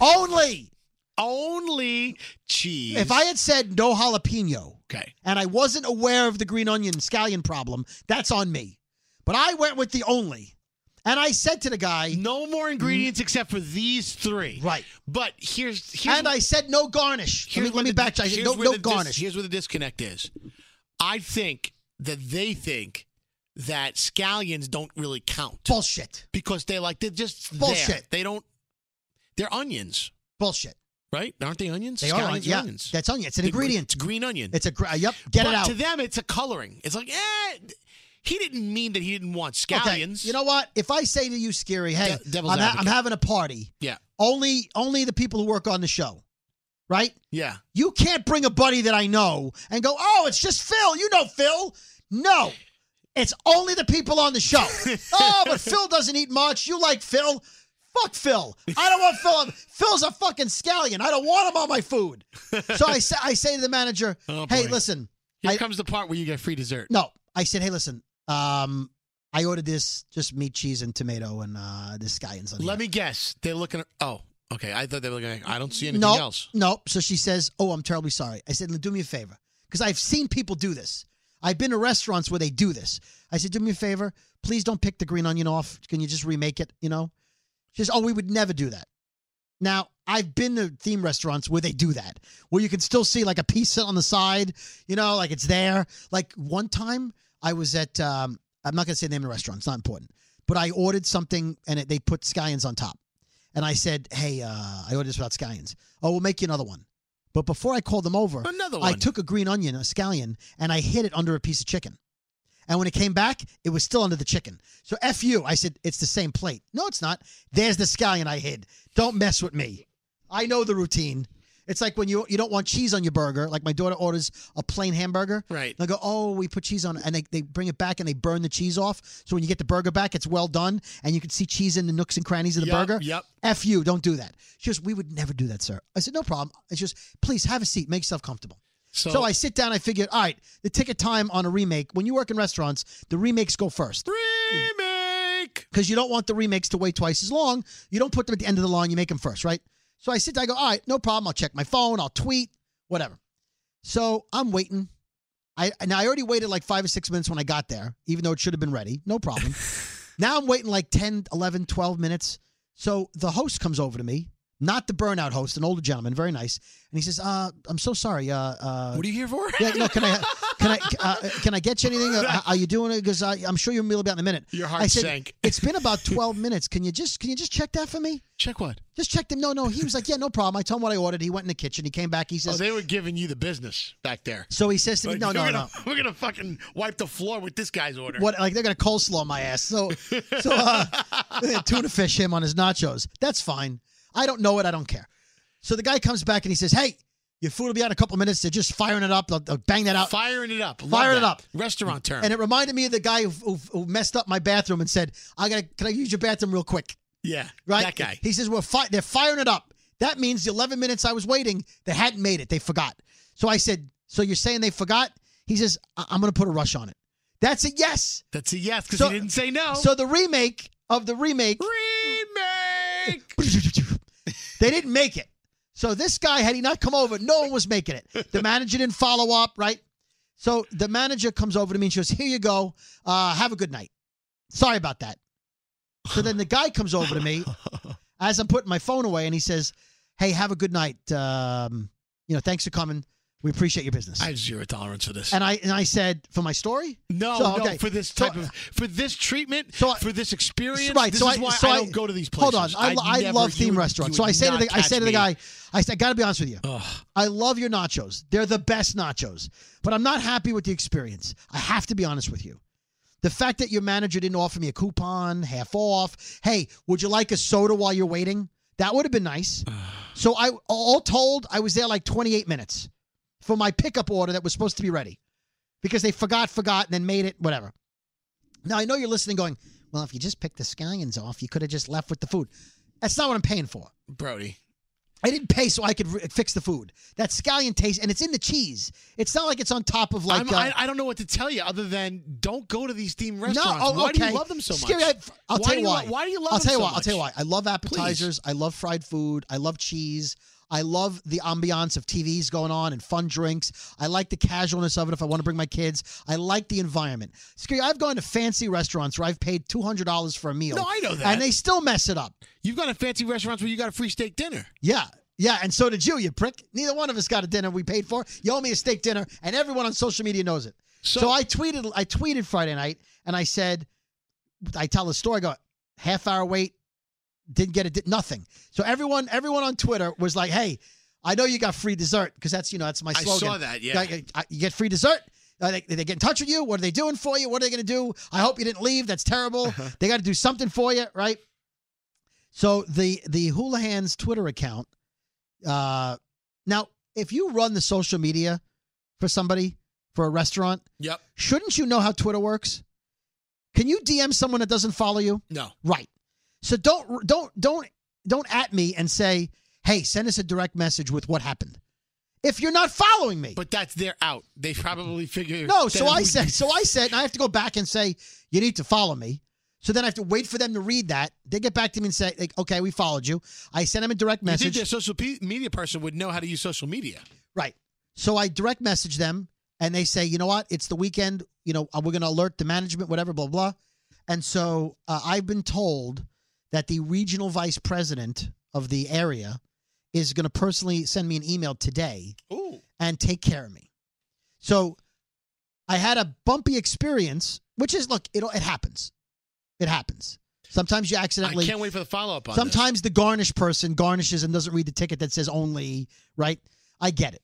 Only. only cheese. if I had said no jalapeno, okay, and I wasn't aware of the green onion scallion problem, that's on me. But I went with the only, and I said to the guy, no more ingredients except for these three. right, But here's here's and I said no garnish. Let here's me where let me the- backtrack. here's No, where no the dis- garnish. here's where the disconnect is. I think that they think that scallions don't really count Bullshit. because they're like they're just there. Bullshit. They don't. They're onions, Bullshit. right? Aren't they onions? They Scallions are yeah. onions. That's onion. It's an The gre- ingredient. It's green onion. It's a gr- yep. Get but it out. To them, it's a coloring. It's like, eh, he didn't mean that he didn't want Okay, scallions. You know what? If I say to you, Scary, hey, De- devil's I'm, ha- I'm advocate. having a party. Yeah. Only only the people who work on the show, right? Yeah. You can't bring a buddy that I know and go, oh, it's just Phil. You know Phil. No, it's only the people on the show. [laughs] oh, but Phil doesn't eat much. You like Phil. Fuck Phil. I don't want Phil. Phil's a fucking scallion. I don't want him on my food. So I say, I say to the manager, Oh, hey, boy. listen, Here I- comes the part where you get free dessert. no, I said, hey, listen, um, I ordered this just meat, cheese, and tomato, and uh, this guy and something. Let me guess. They're looking. At, oh, okay. I thought they were looking. At, I don't see anything no, else. no. So she says, oh, I'm terribly sorry. I said, do me a favor, because I've seen people do this. I've been to restaurants where they do this. I said, do me a favor, please don't pick the green onion off. Can you just remake it? You know, she says, oh, we would never do that. Now, I've been to theme restaurants where they do that, where you can still see like a piece on the side, you know, like it's there. Like one time I was at, um, I'm not going to say the name of the restaurant, it's not important, but I ordered something and it, they put scallions on top. And I said, hey, uh, I ordered this without scallions. Oh, we'll make you another one. But before I called them over, Another I one. took a green onion, a scallion, and I hid it under a piece of chicken. And when it came back, it was still under the chicken. So F you. I said, it's the same plate. No, it's not. There's the scallion I hid. Don't mess with me. I know the routine. It's like when you you don't want cheese on your burger. Like my daughter orders a plain hamburger. Right. They go, oh, we put cheese on, it," and they, they bring it back and they burn the cheese off. So when you get the burger back, it's well done, and you can see cheese in the nooks and crannies of the Yup, burger. yup. F you, don't do that. She goes, we would never do that, sir. I said, no problem. It's just, please have a seat, make yourself comfortable. So, So I sit down. I figured, all right, the ticket time on a remake. When you work in restaurants, the remakes go first remake. because you don't want the remakes to wait twice as long. You don't put them at the end of the line. You make them first, right? So I sit down. I go, all right, no problem. I'll check my phone. I'll tweet, whatever. So I'm waiting. I now I already waited like five or six minutes when I got there, even though it should have been ready. No problem. now I'm waiting like 10, 11, 12 minutes. So the host comes over to me, not the burnout host, an older gentleman, very nice, and he says, uh, "I'm so sorry. Uh, uh, What are you here for? yeah, no. Can I? Can I? Uh, can I get you anything? Uh, how- are you doing it? Because I'm sure you'll be about in a minute. Your heart I said, sank. It's been about 12 minutes. Can you just? Can you just check that for me? [laughs] Check what? Just check them. No, no. He was like, yeah, no problem. I told him what I ordered. He went in the kitchen. He came back. He Oh, says. they were giving you the business back there. so he says to me, Like, no, we're no, gonna, no. [laughs] We're gonna fucking wipe the floor with this guy's order. What like they're gonna coleslaw my ass? So, so [laughs] uh, tuna fish him on his nachos. That's fine. I don't know it. I don't care. So the guy comes back and he says, "Hey, your food will be out in a couple minutes. They're just firing it up. They'll, they'll bang that out. Firing it up. Love Firing it that. up. Restaurant term. And it reminded me of the guy who, who, who messed up my bathroom and said, "I got, to can I use your bathroom real quick?" yeah. Right? That guy. He says, "We're fi- they're firing it up." That means the 11 minutes I was waiting, they hadn't made it. They forgot. So I said, "So you're saying they forgot?" He says, I- "I'm going to put a rush on it." That's a yes. That's a yes because So- he didn't say no. So the remake of the remake, [laughs] remake. they didn't make it. So this guy, had he not come over, no one was making it. The manager didn't follow up, right? So the manager comes over to me and she goes, "Here you go. Uh, have a good night. Sorry about that." So then the guy comes over [laughs] to me as I'm putting my phone away, and he says, "Hey, have a good night. Um, you know, thanks for coming. We appreciate your [laughs] business." I have zero tolerance for this. and I and I said for my story, no, So, okay. no, for this So- type of for this treatment, So I- for this experience. Right. This so is I, why so I don't go to these places. Hold on. I, I'd I never- love you theme would- restaurants. you So would I say to not the I say catch to the me. guy, I said, got to be honest with you. Ugh. I love your nachos. They're the best nachos, but I'm not happy with the experience. I have to be honest with you. The fact that your manager didn't offer me a coupon, half off, hey, would you like a soda while you're waiting? That would have been nice. so I all told, I was there like 28 minutes for my pickup order that was supposed to be ready because they forgot, forgot, and then made it, whatever. Now I know you're listening going, well, if you just picked the scallions off, you could have just left with the food. That's not what I'm paying for. Brody. I didn't pay so I could re- fix the food. That scallion taste, and it's in the cheese. It's not like it's on top of like. I'm- uh, I, I don't know what to tell you other than don't go to these theme no, restaurants. oh, why do okay. you love them so Scary, much? I, Why will tell do you you why. lo- why do you love I'll them tell you so why. I'll tell you why. much? I love appetizers. I love fried food. I love cheese. I love the ambiance of TVs going on and fun drinks. I like the casualness of it if I want to bring my kids. I like the environment. Scary, I've gone to fancy restaurants where I've paid $200 for a meal. No, I know that. And they still mess it up. You've gone to fancy restaurants where you got a free steak dinner. Yeah. Yeah, and so did you, you prick. Neither one of us got a dinner we paid for. You owe me a steak dinner, and everyone on social media knows it. So, So, I tweeted I tweeted Friday night and I said I tell the story, I go, half hour wait, didn't get it, did nothing. So everyone everyone on Twitter was like, Hey, I know you got free dessert, because that's you know, that's my I slogan. saw that. Yeah. Like, uh, you get free dessert. Uh, they, they get in touch with you. What are they doing for you? What are they going to do? I hope you didn't leave. That's terrible. They got to do something for you, right? So the the Houlihan's Twitter account. Uh, now, if you run the social media for somebody for a restaurant, Yep. shouldn't you know how Twitter works? Can you DM someone that doesn't follow you? No. Right. So don't don't don't don't at me and say, "Hey, send us a direct message with what happened." If you're not following me, But that's their out. They probably figure. no, that so if I we- said, so I said, and I have to go back and say, you need to follow me. So then I have to wait for them to read that. They get back to me and say, like, okay, we followed you. I sent them a direct You think message. their social pe- media person would know how to use social media. Right. So I direct message them and they say, you know what? It's the weekend. You know, uh, we're going to alert the management, whatever, blah, blah. And so uh, I've been told that the regional vice president of the area is going to personally send me an email today Ooh. and take care of me. So I had a bumpy experience, which is look, it it happens. It happens. Sometimes you I accidentally can't wait for the follow up on this. sometimes the garnish person garnishes and doesn't read the ticket that says only, right? I get it.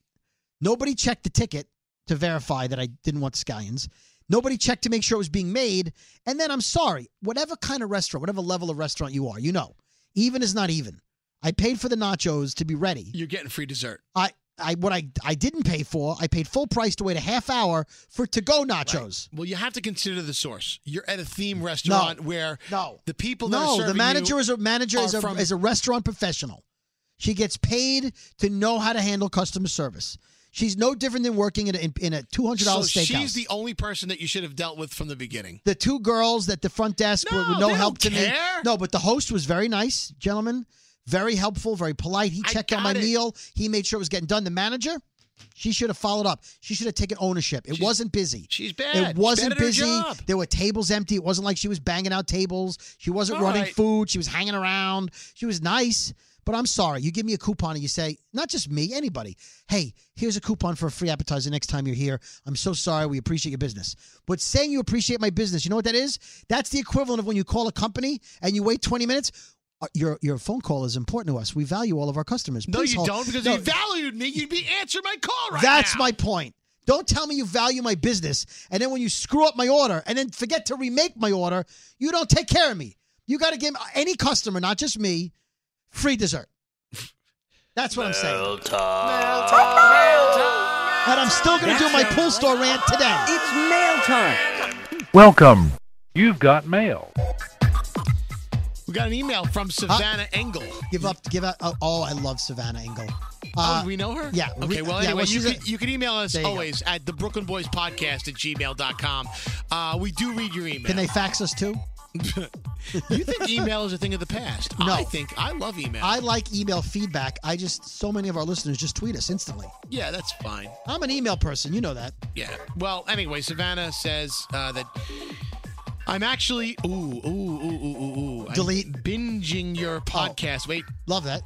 Nobody checked the ticket to verify that I didn't want scallions. Nobody checked to make sure it was being made. And then I'm sorry, whatever kind of restaurant, whatever level of restaurant you are, you know, even is not even. I paid for the nachos to be ready. You're getting free dessert. I I what I I didn't pay for. I paid full price to wait a half hour for to go nachos. Well, you have to consider the source. You're at a theme restaurant where No. the people that are No, serving the manager you, is a manager is are a, from- is a restaurant professional. She gets paid to know how to handle customer service. She's no different than working in a, in, in a two hundred so dollars steakhouse. she's the only person that you should have dealt with from the beginning. the two girls that the front desk were, were No, no they help don't to me. care. No, but the host was very nice, gentlemen, very helpful, very polite. He I checked on my got it. meal. He made sure it was getting done. The manager, she should have followed up. She should have taken ownership. It wasn't busy. She's bad. She's It wasn't bad at her busy. job. There were tables empty. It wasn't like she was banging out tables. She wasn't All running right. food. She was hanging around. She was nice. But I'm sorry. You give me a coupon and you say, not just me, anybody. Hey, here's a coupon for a free appetizer next time you're here. I'm so sorry. We appreciate your business. But saying you appreciate my business, you know what that is? That's the equivalent of when you call a company and you wait 20 minutes. Uh, Your your phone call is important to us. We value all of our customers. No, Please you hold- don't, because No, if you valued me, you'd be answering my call right that's now. my point. Don't tell me you value my business, and then when you screw up my order, and then forget to remake my order, you don't take care of me. You got to give any customer, not just me, free dessert. That's what I'm saying, and I'm still going to do my pool store rant today. It's mail time. Welcome. You've got mail. We got an email from Uh, Savannah Engel. Give up, give up. Oh, oh, I love Savannah Engel. Oh, Uh, do we know her? yeah, we- Okay, well, yeah, anyway, well, you, e- she's a- can, you can email us There you go. always at the Brooklyn Boys Podcast at gmail.com. Uh, we do read your email. can they fax us too? you think email is a thing of the past? No. I think I love email. I like email feedback. I just so many of our listeners just tweet us instantly. yeah, that's fine. I'm an email person, you know that. Yeah. Well, anyway, Savannah says uh, that I'm actually ooh ooh ooh ooh ooh ooh I'm Delete. Oh. binging your podcast. Wait, Love that.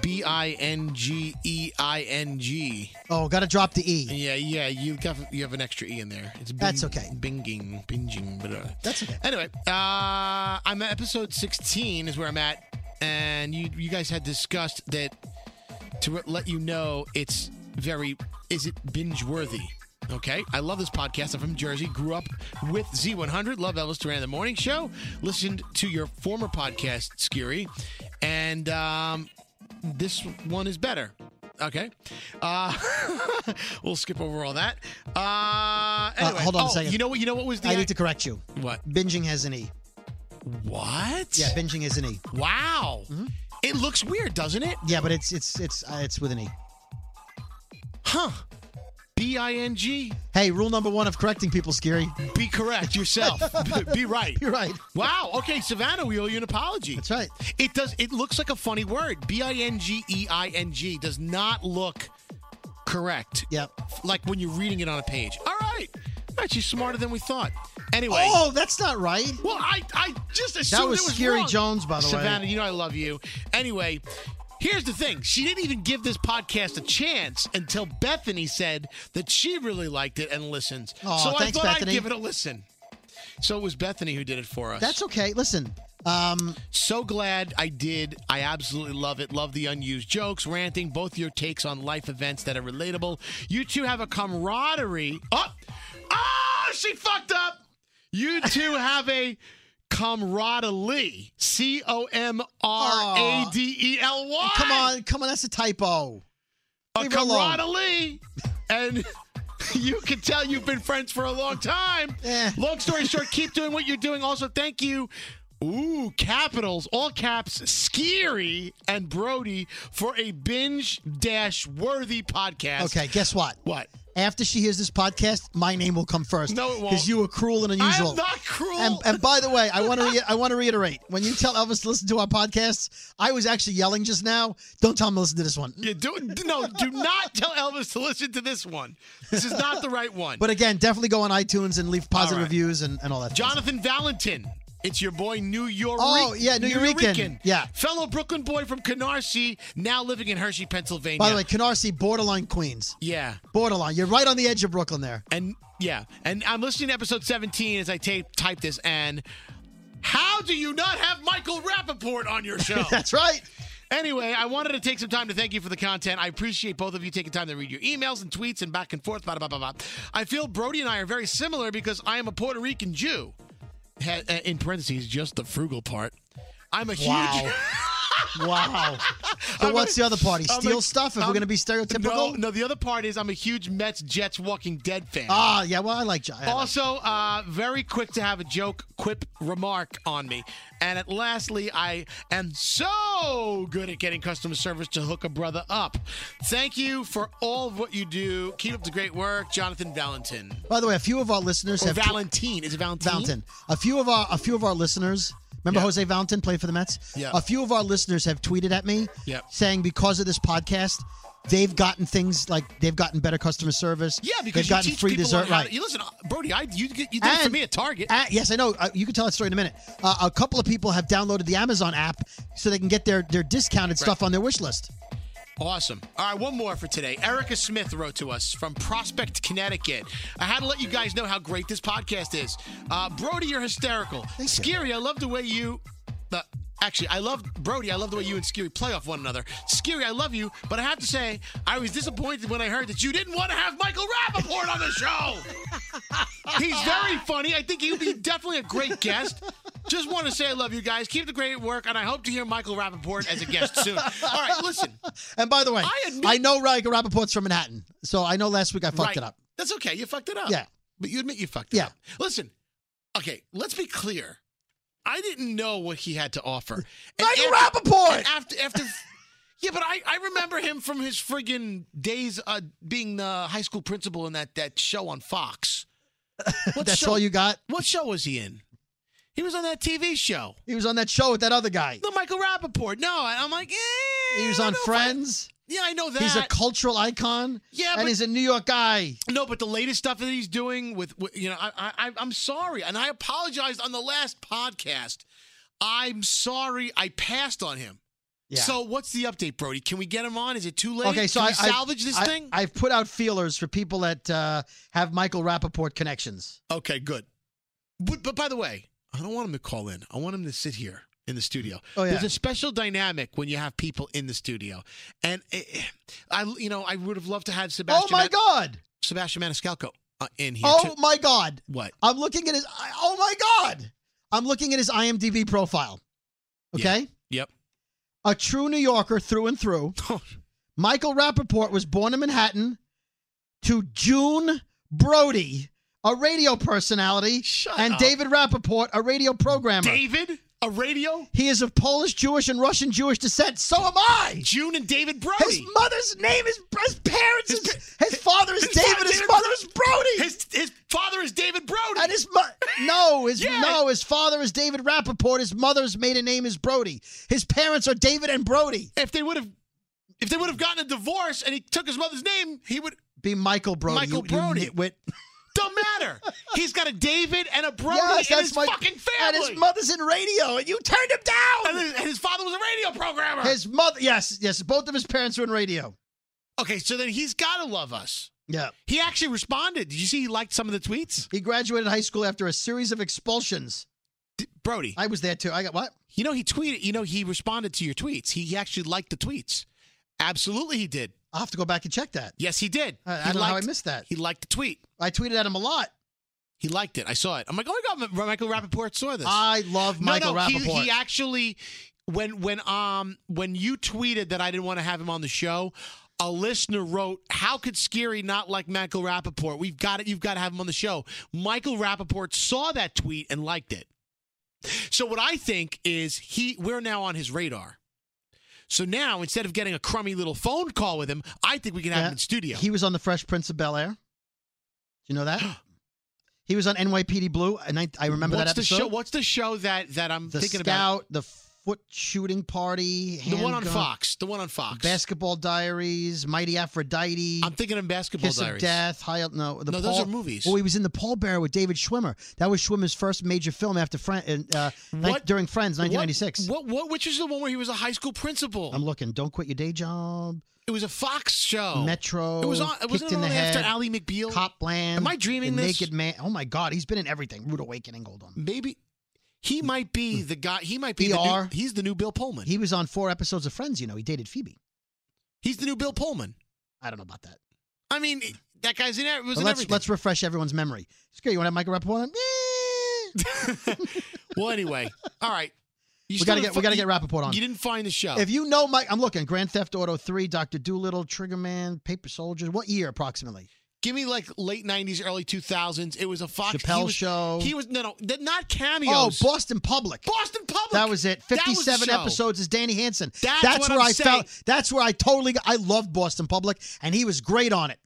B I N G E I N G. Oh, got to drop the e. Yeah, yeah. You got you have an extra e in there. It's bing, That's okay. Binging, binging. Blah. That's okay. Anyway, uh, I'm at episode 16 is where I'm at, and you you guys had discussed that to re- let you know it's very is it binge worthy. Okay, I love this podcast. I'm from Jersey. Grew up with Z100. Love Elvis Duran the Morning Show. Listened to your former podcast, Skiri, and um, this one is better. Okay, uh, [laughs] we'll skip over all that. Uh, anyway, hold on a oh, second. You know what? You know what was the I need to correct you. what? Binging has an e. What? Yeah, Mm-hmm. binging has an e. Wow. It looks weird, doesn't it? Yeah, but it's it's it's uh, it's with an e. Huh. B I N G. Hey, rule number one of correcting people, Scary. [laughs] Be correct yourself. Be right. You're right. Wow. Okay, Savannah, we owe you an apology. That's right. It does. It looks like a funny word. B I N G E I N G does not look correct. Yep. Like when you're reading it on a page. All right. Right, she's smarter than we thought. Anyway. Oh, that's not right. Well, I, I just assumed was it was Scary wrong. Jones, by the way. Savannah, you know I love you. Anyway, here's the thing: she didn't even give this podcast a chance until Bethany said that she really liked it and listens. Aw, so thanks, I thought Bethany. I'd give it a listen. So it was Bethany who did it for us. That's okay. Listen, um, so glad I did. I absolutely love it. Love the unused jokes, ranting, both your takes on life events that are relatable. You two have a camaraderie. Oh, oh she fucked up. You two [laughs] have a camaraderie. C O M R A D E L Y. come on, come on. That's a typo. A leave her alone. camaraderie. Uh, And. [laughs] You can tell you've been friends for a long time. Eh. Long story short, keep doing what you're doing. Also, thank you. Ooh, capitals, all caps, Skiri and Brody for a binge dash worthy podcast. Okay, guess what? What? After she hears this podcast, my name will come first. No, it won't. Because you were cruel and unusual. I am not cruel. And, and by the way, I want to re- I want to reiterate when you tell Elvis to listen to our podcasts, I was actually yelling just now. Don't tell him to listen to this one. you do, no, do not tell Elvis to listen to this one. This is not the right one. But again, definitely go on iTunes and leave positive All right. reviews and, and all that. fun Jonathan Valentin. It's your boy, New York. Oh, yeah, New Yorican. Yeah. Fellow Brooklyn boy from Canarsie, now living in Hershey, Pennsylvania. By the way, Canarsie, borderline Queens. yeah. Borderline. You're right on the edge of Brooklyn there. And yeah, and I'm listening to episode 17 as I tape type this. And how do you not have Michael Rappaport on your [laughs] show? That's right. anyway, I wanted to take some time to thank you for the content. I appreciate both of you taking time to read your emails and tweets and back and forth. Blah, blah, blah, blah. I feel Brody and I are very similar because I am a Puerto Rican Jew. Ha- uh, In parentheses, just the frugal part. I'm a [laughs] Wow. huge. [laughs] Wow. So I'm what's a- the other party? I'm a- Steal stuff? If I'm- we're going to be No, stereotypical? no. The other part is I'm a huge Mets, Jets, Walking Dead fan. Ah, yeah. Well, I like John. Also, uh, very quick to have a joke, quip, remark on me. And at lastly, I am so good at getting customer service to hook a brother up. Thank you for all of what you do. Keep up the great work, Jonathan Valentin. By the way, a few of our listeners Or have Valentin. Is it Valentin? Valentin. A few of our a few of our listeners. Remember Yeah. Jose Valentin played for the Mets? Yeah. A few of our listeners have tweeted at me Yeah. saying because of this podcast, they've gotten things like they've gotten better customer service. Yeah, because they've you gotten teach free people dessert. on how Right. to- you listen, Brody, I, you, you did it for And- me at Target. Uh, yes, I know. Uh, you can tell that story in a minute. Uh, a couple of people have downloaded the Amazon app so they can get their, their discounted stuff on their wish list. Awesome. All right, one more for today. Erica Smith wrote to us from Prospect, Connecticut. I had to let you guys know how great this podcast is. Uh, Brody, you're hysterical. you. Scary, I love the way you. Uh, actually, I love Brody. I love the way you and Scary play off one another. Scary, I love you, but I have to say, I was disappointed when I heard that you didn't want to have Michael Rappaport on the show. He's very funny. I think he'd be definitely a great guest. Just want to say I love you guys. Keep the great work, and I hope to hear Michael Rappaport as a guest soon. All right, listen. And by the way, I I, admit- know Riker Rappaport's from Manhattan, so I know last week I fucked Right. it up. That's okay. You fucked it up. Yeah. But you admit you fucked it Yeah. up. Listen, okay, let's be clear. I didn't know what he had to offer. And Michael after- Rappaport! and After, after, [laughs] yeah, but I, I remember him from his friggin' days uh, being the high school [laughs] principal in that, that show on Fox. What That's show, all you got? What show was he in? He was on that TV show. He was on that show with that other guy. The Michael Rappaport. No, I- I'm like, eh. He was I on don't know if I- Friends. yeah, I know that. He's a cultural icon. Yeah, and but- he's a New York guy. No, but the latest stuff that he's doing with, with- you know, I, I, I- I'm sorry, and I apologized on the last podcast. I'm sorry, I passed on him. Yeah. So what's the update, Brody? Can we get him on? Is it too late? okay, so Can I we I- salvage this I- thing. I've put out feelers for people that uh, have Michael Rappaport connections. okay, good. But, but by the way, I don't want him to call in. I want him to sit here in the studio. Oh, yeah. There's a special dynamic when you have people in the studio, and eh, I, you know, I would have loved to have Sebastian. oh my Man- God! Sebastian Maniscalco uh, in here. Oh too. my God! what? I'm looking at his. I- Oh my God! I'm looking at his IMDb profile. Okay, Yep. [laughs] Oh, a true New Yorker through and through. Michael Rappaport was born in Manhattan to June Brody, a radio personality, Shut and up. David Rappaport, a radio programmer. David, a radio. He is of Polish, Jewish, and Russian Jewish descent. So am I. June and David His Brody. mother's name is his parents. His His, pa- his father is his David. father- His David mother Bro- is Brody. His, his father is David Brody. and his mo- no, his Yeah. no, his father is David Rappaport. His mother's maiden name is Brody. His parents are David and Brody. if they would have, if they would have gotten a divorce and he took his mother's name, he would. Be Michael Brody. Michael you, Brody. You nitwit. Don't [laughs] matter. He's got a David and a Brody yes, in that's his my fucking And family. his mother's in radio, and you turned him And down. his- and his father was a radio programmer. His mother, yes, yes, both of his parents were in radio. okay, so then he's got to love us. Yeah. He actually responded. Did you see he liked some of the tweets? He graduated high school after a series of expulsions. Brody, I was there too. I got what? you know, he tweeted, you know, he responded to your tweets. He actually liked the tweets. Absolutely, he did. I'll have to go back and check that. Yes, he did. I, I he don't know liked, how I missed that. He liked the tweet. I tweeted at him a lot. He liked it. I saw it. I'm like, oh my god, Michael Rappaport saw this. I love Uh, Michael no, no, he- Rappaport. He, actually, when when um when you tweeted that I didn't want to have him on the show, a listener wrote, "How could Scary not like Michael Rappaport? We've got it. You've got to have him on the show." Michael Rappaport saw that tweet and liked it. So what I think is he we're now on his radar. So now instead of getting a crummy little phone call with him, I think we can have Yeah. him in studio. He was on The Fresh Prince of Bel Air. Do [gasps] you know that? he was on NYPD Blue. And I, I remember what's that episode. The show, what's the show that that I'm the thinking about? Scout, the foot shooting party, The one on handgun, Fox. The one on Fox. Basketball Diaries, Mighty Aphrodite, I'm thinking of Basketball Kiss Diaries. of Death, High El- No, the No, Paul, those are movies. Oh, he was in the Paul Bearer with David Schwimmer. That was Schwimmer's first major film after Friend, and, uh, ni- What- during Friends, 1996. What, what, what? Which is the one where he was a high school principal? I'm looking. Don't quit your day job. it was a Fox show. Metro. Oh. It was on. It was Kicked in the on head. after Ally McBeal. Copland. Am I dreaming the this? Mm. Naked Man. Oh my God, he's been in everything. Rude Awakening. Hold on. Maybe he might be the guy. He might be. The new, ER. he's the new Bill Pullman. Hmm. He was on four episodes of Friends. You know, he dated Phoebe. he's the new Bill Pullman. I don't know about that. I mean, that guy's in. It was But in let's everything. let's refresh everyone's memory. Screw you. Want to have Michael Rappaport? [laughs] on? Eh. well, [laughs] anyway, all right. You We still gotta didn't get we gotta fi- get Rappaport on. You didn't find the show. If you know Mike, I'm looking. Grand Theft Auto 3, Doctor Doolittle, Triggerman, Paper Soldiers. What year approximately? Give me like late '90s, early 2000s. It was a Fox. Chappelle he was, Show. He was no, no, th- not Oh, cameos. Boston Public. Boston Public. That was it. That was the 57 show. episodes is Danny Hansen. That's what where I'm I felt. That's where I totally. Got, I loved Boston Public, and he was great on it.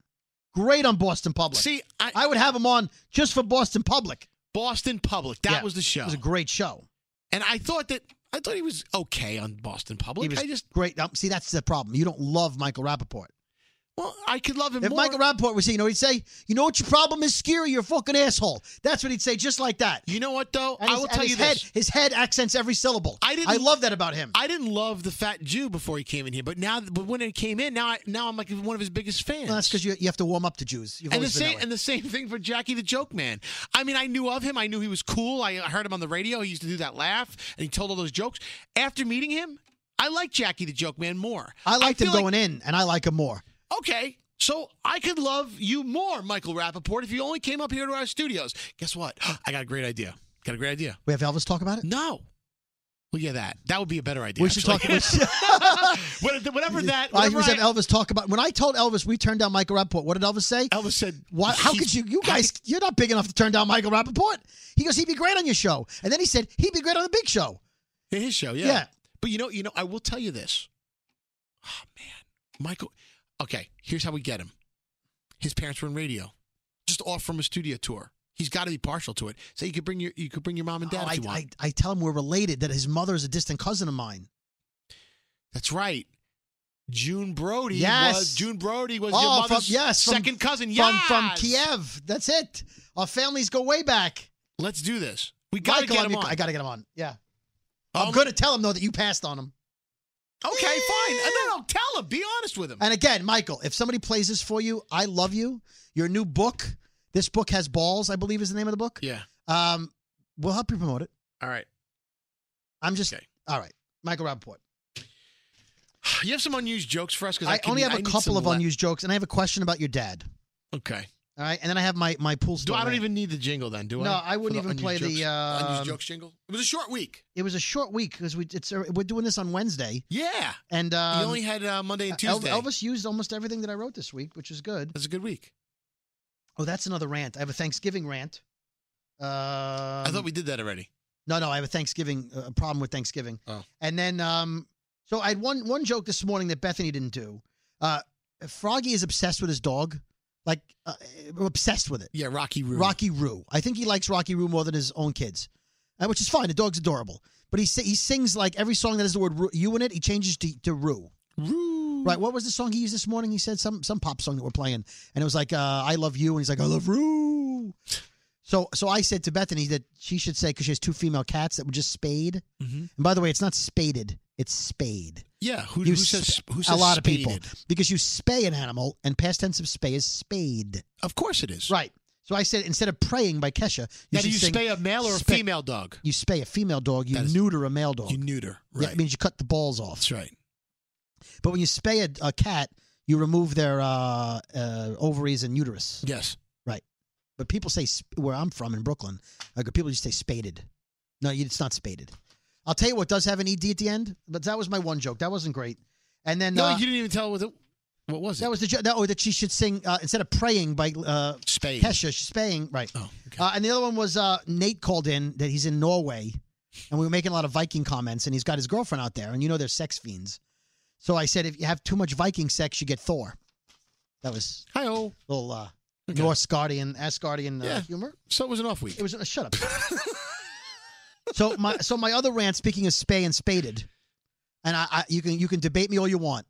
Great on Boston Public. See, I, I would have him on just for Boston Public. Boston Public. That Yeah, was the show. It was a great show. And I thought that I thought he was okay on Boston Public. He was I just great. Um, See, that's the problem. You don't love Michael Rappaport. well, I could love him If more. Michael Rappaport was here, you know what he'd say? You know what your problem is, Scary? You're a fucking asshole. That's what he'd say, just like that. you know what though? And I his- will and tell his you head, this. His head accents every syllable. I didn't- I love that about him. I didn't love the fat Jew before he came in here, but now, but when he came in, now, I, now I'm like one of his biggest fans. Well, that's because you, you have to warm up to Jews. You've and the always been same that way. and the same thing for Jackie the Joke Man. I mean, I knew of him. I knew he was cool. I I heard him on the radio. He used to do that laugh, and he told all those jokes. After meeting him, I like Jackie the Joke Man more. I liked him feel like- going in, and I like him more. Okay. So I could love you more, Michael Rappaport, if you only came up here to our studios. Guess what? [gasps] I got a great idea. Got a great idea. We have Elvis talk about it. No. Well, yeah, that. That would be a better idea. we should talk. actually. [laughs] We should, [laughs] What- whatever that. I whatever always have I- Elvis talk about. When I told Elvis we turned down Michael Rappaport, what did Elvis say? Elvis said, Why, how he's- could you? You guys, you're not big enough to turn down Michael Rappaport. He goes, he'd be great on your show, and then he said he'd be great on the Big Show. In his show, yeah. Yeah. But you know, you know, I will tell you this. Oh man, Michael. Okay, here's how we get him. His parents were in radio. Just off from a studio tour. He's got to be partial to it. So you could bring your you could bring your mom and dad Oh, if I, you want. I, I tell him we're related, that his mother is a distant cousin of mine. That's right. June Brody Yes. was June Brody was Oh, your from- mother's yes, from- second cousin. From, Yes. from Kiev. That's it. Our families go way back. Let's do this. We gotta Michael, get I'm him your- on. I got to get him on. Yeah. Um, I'm going to tell him, though, that you passed on him. Okay, fine. No, no, tell him. Be honest with him. And again, Michael, if somebody plays this for you, I love you. Your new book, this book has balls, I believe is the name of the book. yeah. Um, we'll help you promote it. All right. [sighs] I'm just Okay. all right. Michael Rappaport. You have some unused jokes for us because I, I, only can- have I a need couple some of le- unused jokes, and I have a question about your dad. Okay. All right, and then I have my my pool Do story. I don't even need the jingle then? Do I? No, I For wouldn't the even play unused the, jokes? um, unused jokes jingle. It was a short week. It was a short week because we it's uh, we're doing this on Wednesday, Yeah. and um, you only had uh, Monday and El- Tuesday. Elvis used almost everything that I wrote this week, which is good. That's a good week. Oh, that's another rant. I have a Thanksgiving rant. Um, I thought we did that already. No, no, I have a Thanksgiving uh, a problem with Thanksgiving. Oh. And then um so I had one one joke this morning that Bethany didn't do. Uh Froggy is obsessed with his dog. Like uh, obsessed with it. Yeah, Rocky Roo. Rocky Roo. I think he likes Rocky Roo more than his own kids. Uh, which is fine. The dog's adorable. But he si- he sings like every song that has the word Roo, you in it, he changes to to Roo. Roo. Right. What was the song he used this morning? He said some some pop song that we're playing, and it was like uh, "I love you," and he's like "I love Roo." So so I said to Bethany that she should say because she has two female cats that were just spayed. Mhm. And by the way, it's not spaded; it's spayed. Yeah. Who, You who says? sp- Who says A lot of people spaded? because you spay an animal, and past tense of spay is spayed. Of course it is. Right. So I said instead of praying by Kesha, you Now, should do you sing, spay a male or a spay- female dog? You spay a female dog. You That is- neuter a male dog. You neuter. Yeah, Right. It means you cut the balls off. That's right. But when you spay a, a cat, you remove their uh, uh, ovaries and uterus. Yes. But people say sp- where I'm from in Brooklyn, like people just say spaded. No, you- it's not spaded. I'll tell you what does have an ed at the end, but that was my one joke. That wasn't great. And then No, uh, you didn't even tell what it, what was it? that was the joke that, oh, that she should sing uh, instead of praying by uh, Spade. Kesha, she's spaying right. Oh, okay. Uh, and the other one was uh, Nate called in that he's in Norway, and we were making a lot of Viking comments, and he's got his girlfriend out there, and you know they're sex fiends. So I said, if you have too much Viking sex, you get Thor. That was Hi, oh. a little uh, Okay. Norse Guardian, Asgardian uh, Yeah. humor. So it was an off week. It was uh, shut up. [laughs] so my so my other rant, speaking of spay and spaded, and I, I you can you can debate me all you want,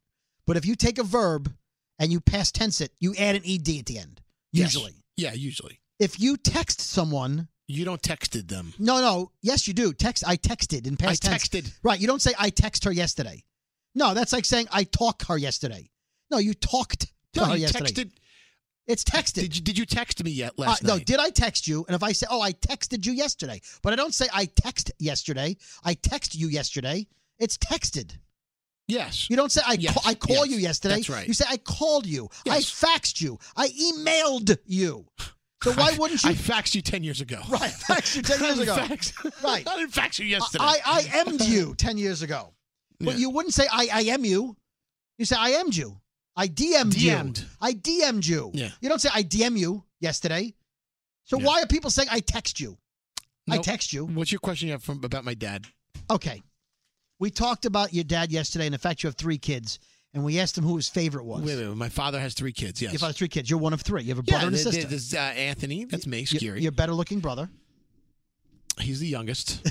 but if you take a verb and you past tense it, you add an ed at the end. Yes. Usually, Yeah, usually. if you text someone, You don't texted them. no, no, yes you do. Text I texted in past I tense. texted. Right, you don't say I text her yesterday. No, that's like saying I talk her yesterday. No, you talked to No, her you yesterday. texted. It's texted. Oh, Did you, did you text me yet Uh, last no, night? did I text you? And if I say, oh, I texted you yesterday, but I don't say I text yesterday, I text you yesterday. It's texted. Yes. You don't say I Yes, ca- I call yes, you yesterday. that's right. You say I called you. Yes. I faxed you. I emailed you. So why wouldn't [laughs] you? I faxed you 10 years ago. [laughs] right, I faxed you ten [laughs] years I ago. faxed- [laughs] Right. I didn't fax you yesterday. I I em'd you ten years ago, but Yeah. you wouldn't say I I am you. You say I em'd you. I DM'd, DM'd. you. I DM'd you. Yeah. You don't say I DM you yesterday. So Yeah. why are people saying I text you? I Nope. Mm. text you. What's your question you have from about my dad? Okay. We talked about your dad yesterday and the fact you have three kids, and we asked him who his favorite was. Wait, wait, wait. My father has three kids. Yes. Your father three kids. You're one of three. You have a yeah, brother and a there- there- there's, sister. uh, Anthony. That's me. You- Scary. Your better looking brother. [laughs] He's the youngest.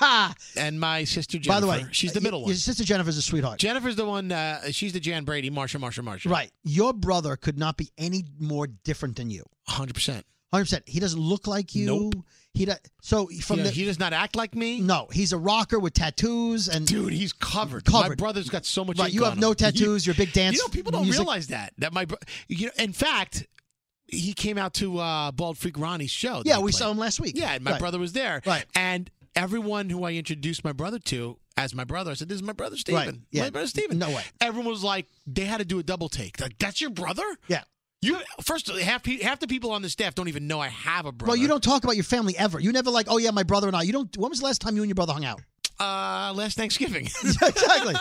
By and my sister Jennifer. the way, she's uh, the middle your, one. Your sister Jennifer's a sweetheart. Jennifer's the one. Uh, she's the Jan Brady. Marsha, Marsha, Marsha. right. Your brother could not be any more different than you. 100. percent 100%. He doesn't look like you. Nope. He do- so from he, the he does not act like me. No, he's a rocker with tattoos and Dude, he's covered. My Covered. brother's got so much. right, ink you on have no him. tattoos, you, are a big You, dance. you know, people don't music- realize that. That my, bro- you know, in fact, he came out to uh, Bald Freak Ronnie's show. that Yeah, he we played. saw him last week. Yeah, and my Right. brother was there. Right. and everyone who I introduced my brother to as my brother, I said, "This is my brother Steven. Right, yeah. My brother Steven. No way. Everyone was like, they had to do a double take. Like, that's your brother. Yeah. You first half pe- half the people on the staff don't even know I have a brother. Bro, you don't talk about your family ever. You never like, oh yeah, my brother and I. You don't. When was the last time you and your brother [laughs] hung out? [laughs] Uh, last Thanksgiving. exactly.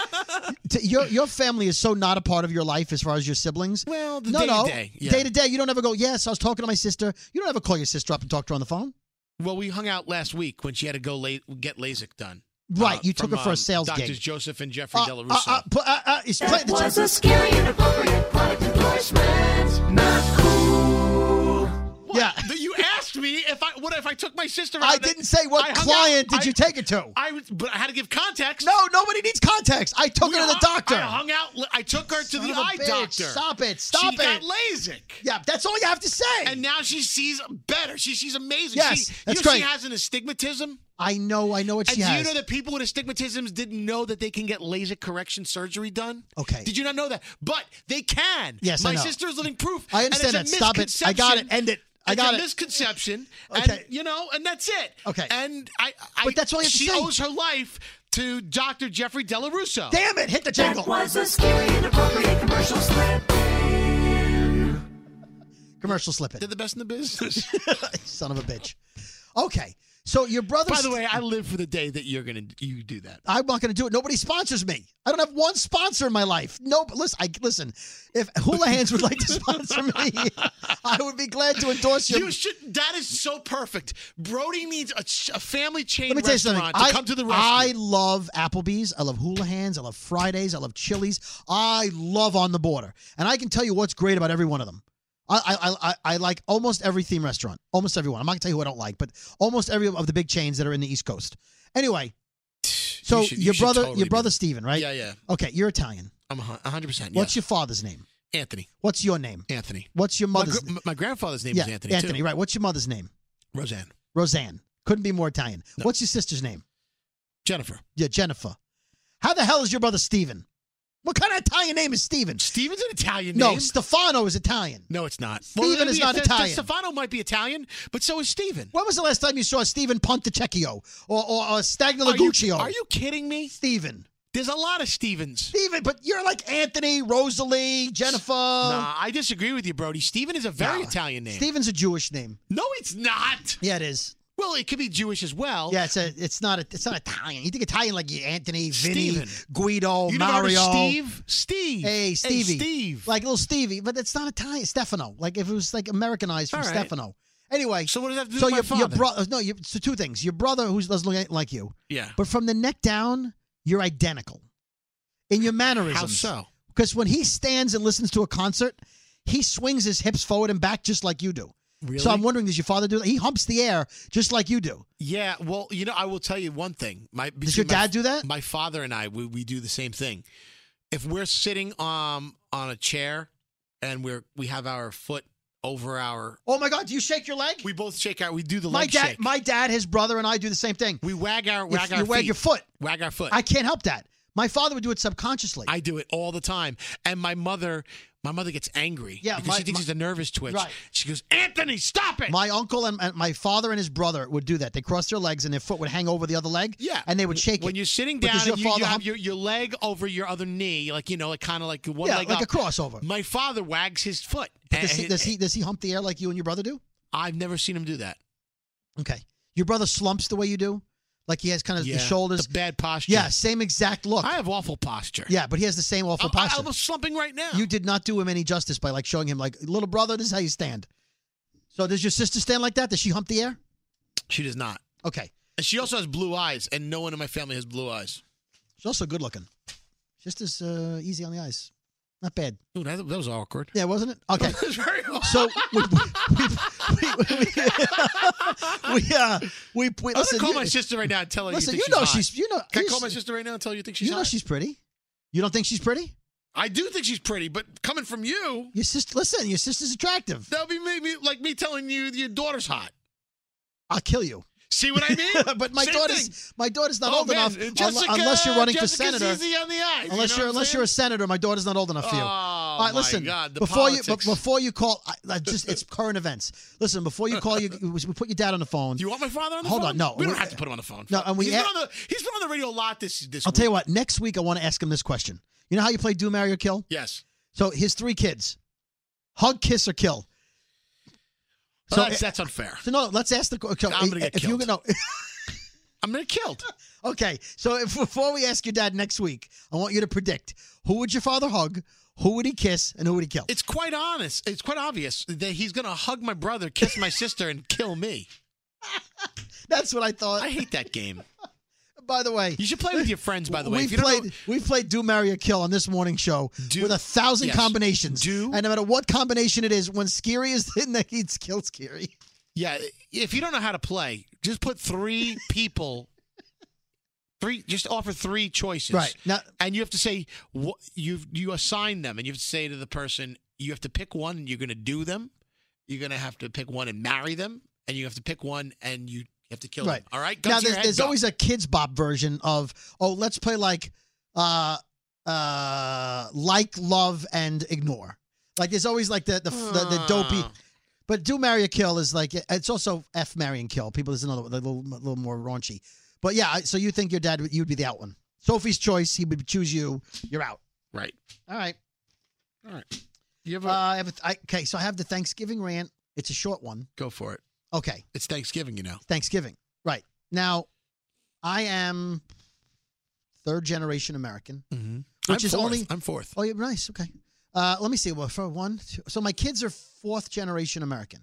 T- your your family is so not a part of your life as far as your siblings. well, the no, day no. to day. Yeah. Day to day, you don't ever go. Yes, I was talking to my sister. You don't ever call your sister up and talk to her on the phone. Well, we hung out last week when she had to go late, get LASIK done. Right, you took from, her for a um, sales Doctors gig. Joseph and Jeffrey De La uh, Russo. uh, pu- uh, uh, it's play That the was a scary and appropriate product endorsement. Not cool. What? yeah. You asked me if I if I took my sister out. I and- didn't say what I hung client out- did you I- take it to. I was, but I had to give context. no, nobody needs context. I took We her to the hung- doctor. I hung out. I took her Son to the of a eye bitch. doctor. Stop it. Stop she got it. LASIK. yeah, that's all you have to say. And now she sees better. She sees amazing. Yes, she, that's you know great. She has an astigmatism. I know, I know what And she do has. you know that people with astigmatisms didn't know that they can get LASIK correction surgery done? Okay. Did you not know that? But they can. Yes, I My know. sister is living proof. I understand and it's a that. Stop it. I got it. misconception. End it. I It's got a it. Misconception. Okay. And, you know, and that's it. Okay. And I, I But that's all you have to she say. owes her life to Dr. Jeffrey Della Russo. Damn it, hit the jingle. That was a scary inappropriate commercial slip. Commercial slip They're it. the best in the [laughs] business. Son of a bitch. Okay. So your brother's By the way, I live for the day that you're gonna you do that. I'm not going to do it. Nobody sponsors me. I don't have one sponsor in my life. No, but listen, I listen. If Hula Hands would like to [laughs] sponsor me, I would be glad to endorse your. You should. That is so perfect. Brody needs a, ch- a family chain Let me tell you something. restaurant to I, come to the I rescue. love Applebee's. I love Hula Hands. I love Fridays. I love Chili's. I love On the Border, and I can tell you what's great about every one of them. I I, I- I, I like almost every theme restaurant. Almost everyone. I'm not going to tell you who I don't like, but almost every of the big chains that are in the East Coast. Anyway, so You should- you your should brother, totally your do brother that. Steven, right? Yeah, yeah. Okay, you're Italian. I'm a hun- a hundred percent. What's your father's name? your Anthony? What's your name? Anthony. What's your My, mother's gr- my grandfather's name yeah, is Anthony. too. right. What's your mother's name? Roseanne. Roseanne. Couldn't be more Italian. No. What's your sister's name? Jennifer. Yeah, Jennifer. How the hell is your brother Steven? What kind of Italian name is Steven? Steven's an Italian No, name. Stefano is Italian. no, it's not. Steven it'd is be- not Ste- Italian. Stefano might be Italian, but so is Steven. When was the last time you saw Steven Pontecchio or, or, or Are you, Stagnolaguccio? are you kidding me? Steven? There's a lot of Stevens. Steven, but you're like Anthony, Rosalie, Jennifer. nah, I disagree with you, Brody. Steven is a very No. Italian name. Steven's a Jewish name. no, it's not. Yeah, it is. Well, it could be Jewish as well. Yeah, it's a, it's not a, it's not Italian. You think Italian like you Anthony, Vinny, Steven. Guido, You never heard of Oh, Mario, Steve? Steve. Hey, Stevie. Steve. Like little Stevie, but it's not Italian. Stefano. Like if it was like Americanized from All right. Stefano. Anyway, so what does that have to do so with your, my your father? brother. No, you, so two things. Your brother, who doesn't look like you, yeah. but from the neck down, you're identical in your mannerisms. How so? Because when he stands and listens to a concert, he swings his hips forward and back just like you do. Really? So I'm wondering, does your father do that? He humps the air just like you do. yeah. Well, you know, I will tell you one thing. My Does your between my- dad do that? My father and I, we, we do the same thing. If we're sitting um on a chair and we're we have our foot over our, Oh my God! Do you shake your leg? we both shake our, we do the my leg dad, shake. my dad, his brother, and I do the same thing. we wag our You- wag you our wag feet. your foot. Wag our foot. I can't help that. My father would do it subconsciously. I do it all the time, and my mother, my mother gets angry. Yeah, because my- she thinks my- it's a nervous twitch. Right. She goes, "Anthony, stop it!" my uncle and, and my father and his brother would do that. They crossed their legs and their foot would hang over the other leg. Yeah. and they would shake when it. you're sitting But down does your and you, you father have hump- your, your leg over your other knee, like you know, like kind of like one yeah, leg like up. a crossover. My father wags his foot. Does he, And- does he does he hump the air like you and your brother do? I've never seen him do that. Okay, your brother slumps the way you do, like he has kind of Yeah, the shoulders. the bad posture. yeah, same exact look. I have awful posture. yeah, but he has the same awful I'm, posture. I'm almost slumping right now. you did not do him any justice by like showing him like little brother. This is how you stand. So does your sister stand like that? Does she hump the air? she does not. Okay, And she also has blue eyes, and no one in my family has blue eyes. she's also good looking. Just as uh, easy on the eyes. Not bad. Ooh, that, that was awkward. [laughs] Yeah, wasn't it? Okay. That was very awkward. So we we we we, we, [laughs] we, uh, we, we I'm gonna listen. call you, my sister right now and tell her. listen, you, you think know she's hot. she's you know Can I you call my s- sister right now and tell her you think she's you know hot? she's pretty. You don't think she's pretty? I do think she's pretty, but coming from you, Your sister, listen, your sister's attractive. that would be me, me, like me telling you your daughter's hot. I'll kill you. See what I mean? [laughs] but my [laughs] Same daughter's thing. my daughter's not Oh, old man, enough uh, un- Jessica, unless you're running Jessica's for senator. easy on the eyes, you Unless know you are what I'm unless saying? Oh, you're a senator, my daughter's not old enough for you. All right, my listen. God, the before you politics. be- before you call, I, I just it's current events. Listen, before you call, you [laughs] we put your dad on the phone. Do you want my father on the Hold phone? on, no. We don't We- have to put him on the phone. No, and we he's, a- been on the, he's been on the radio a lot this this I'll week. tell you what. Next week, I want to ask him this question. You know how you play Do Marry or Kill? Yes. So his three kids, hug, kiss, or kill. So So- that's, that's unfair. So no, let's ask the question. I'm gonna get if you killed. no, I'm gonna get killed. [laughs] okay. So if, before we ask your dad next week, I want you to predict who would your father hug, who would he kiss, and who would he kill. It's quite honest. It's quite obvious that he's gonna hug my brother, kiss my sister, and kill me. That's what I thought. I hate that game. By the way, You should play with your friends. By the way, we if you played Don't know, we played Do Marry or Kill on this morning show Do- with a thousand yes. combinations. Do- [laughs] and no matter what combination it is, when Skiri is in there, he'd kill Skiri. Yeah, if you don't know how to play, just put [laughs] three people, three, just offer three choices. Right. Now, And you have to say what you you assign them, and you have to say to the person, you have to pick one, and you're going to do them. You're going to have to pick one and marry them, and you have to pick one, and you have to kill Right. them. All right. now Guns your there's, heads there's up. always a kids bop version of oh let's play like uh uh like love and ignore like there's always like the the, the, the dopey Ah. but do marry or kill is like it's also f marry and kill people there's another one, a little, a little more raunchy but yeah I- so you think your dad would you'd be the out one sophie's choice he would choose you you're out right. all right All right. You have uh, a, I have a- I- okay so i have the thanksgiving rant it's a short one go for it. okay It's Thanksgiving, you know. Thanksgiving. Right. Now, I am third generation American. Mm-hmm. Which I'm is fourth. only- I'm fourth. Oh, yeah, nice. Okay. Uh, let me see. Well, for one, two, so my kids are fourth generation American.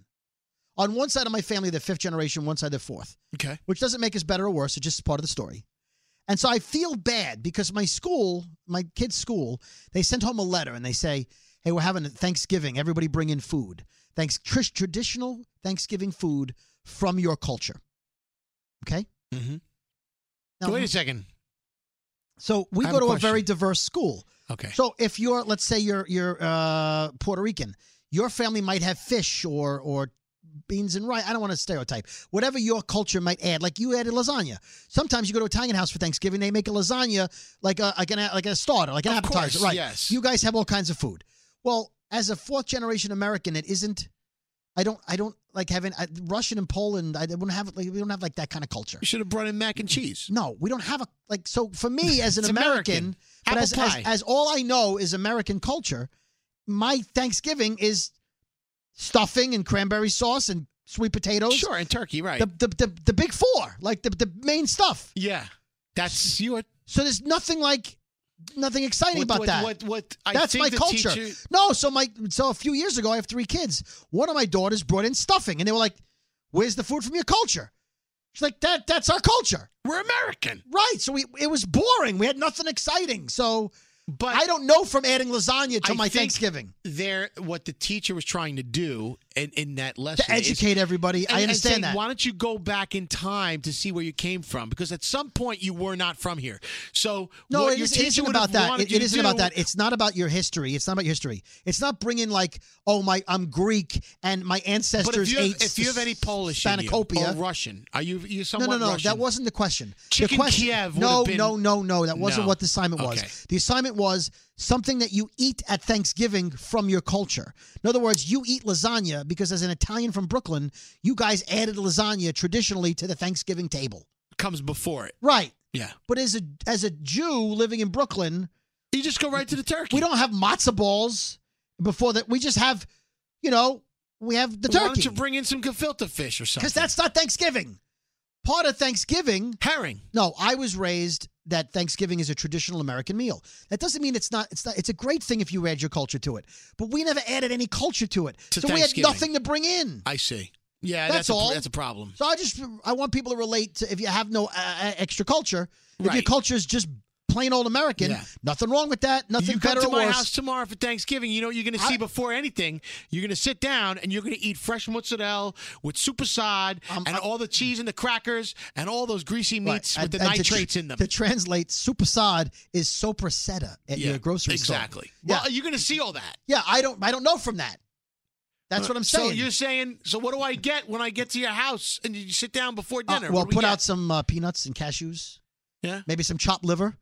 On one side of my family, they're fifth generation, one side, they're fourth, Okay. which doesn't make us better or worse. It's just part of the story. And so I feel bad because my school, my kids' school, they sent home a letter and they say, hey, we're having a Thanksgiving. Everybody bring in food. Thanks, tr- traditional Thanksgiving food from your culture. Okay? Mm-hmm. Now, Wait a second. Uh-huh. So we I have go a to a question. very diverse school. Okay. So if you're, let's say you're you're uh, Puerto Rican, your family might have fish or or beans and rice. I don't want to stereotype. Whatever your culture might add, like you added lasagna. Sometimes you go to Italian house for Thanksgiving, they make a lasagna like a like an like a starter, like an Of course, appetizer, right? yes. You guys have all kinds of food. Well, as a fourth generation American, it isn't. I don't. I don't like having I, Russian and Poland. I don't have like we don't have like that kind of culture. you should have brought in mac and cheese. No, we don't have a like. So for [laughs] me, as an It's American, American. but Apple as, as pie. as all I know is American culture, my Thanksgiving is stuffing and cranberry sauce and sweet potatoes. Sure, and turkey, right? The, the, the, the big four, like the, the main stuff. yeah, that's you. What, So there's nothing like, nothing exciting what, about what, that. what? What? I That's think my the culture. teacher- No, so my so a few years ago, I have three kids. One of my daughters brought in stuffing, and they were like, "Where's the food from your culture?" She's like, "That that's our culture." we're American, Right. So we, it was boring. We had nothing exciting. So but I don't know from adding lasagna to I my think Thanksgiving there. What the teacher was trying to do in, in that lesson to is- educate everybody. and- I and understand saying, that. Why don't you go back in time to see where you came from? Because at some point you were not from here. So no, what it, your is, it teacher isn't would have about that. wanted It, you it to isn't about do- that. It's not about your history. It's not about your history. It's not bringing like, oh my, I'm Greek and my ancestors But if you have, ate if you have any Polish in you, Spanakopia. or Russian, are you you no, someone no, no. Russian? That wasn't the question. the Chicken question, Kiev would've No, been- no, no, no. That wasn't No. what the assignment was. Okay. The assignment was something that you eat at Thanksgiving from your culture. In other words, you eat lasagna because as an Italian from Brooklyn, you guys added lasagna traditionally to the Thanksgiving table. comes before it. Right. Yeah, But as a as a Jew living in Brooklyn, you just go right to the turkey. we don't have matzo balls before that. We just have, you know, we have the Why don't turkey you bring in some gefilte fish or something? because that's not Thanksgiving. Part of Thanksgiving herring. No, I was raised that Thanksgiving is a traditional American meal. That doesn't mean it's not. It's not. It's a great thing if you add your culture to it. But we never added any culture to it, To so we had Thanksgiving. nothing to bring in. I see. Yeah, That's that's, a, all. That's a problem. So I just I want people to relate to if you have no uh, uh, extra culture. If your Right. culture is just plain old American, Yeah. nothing wrong with that. Nothing you better come to or my worse. house tomorrow for Thanksgiving. You know what you're going to I- see before anything. You're going to sit down and you're going to eat fresh mozzarella with super sod Um, and I- all the cheese and the crackers and all those greasy Right. meats And- with the and to tr- nitrates in them. To translate, supersad is soprasetta at yeah, your grocery store. exactly. Yeah. Well, you're going to see all that. Yeah, I don't. I don't know from that. That's what I'm saying. Uh, So you're saying. So what do I get when I get to your house and you sit down before Uh, dinner? well, What do we put get? out some uh, peanuts and cashews. Yeah. Maybe some chopped liver.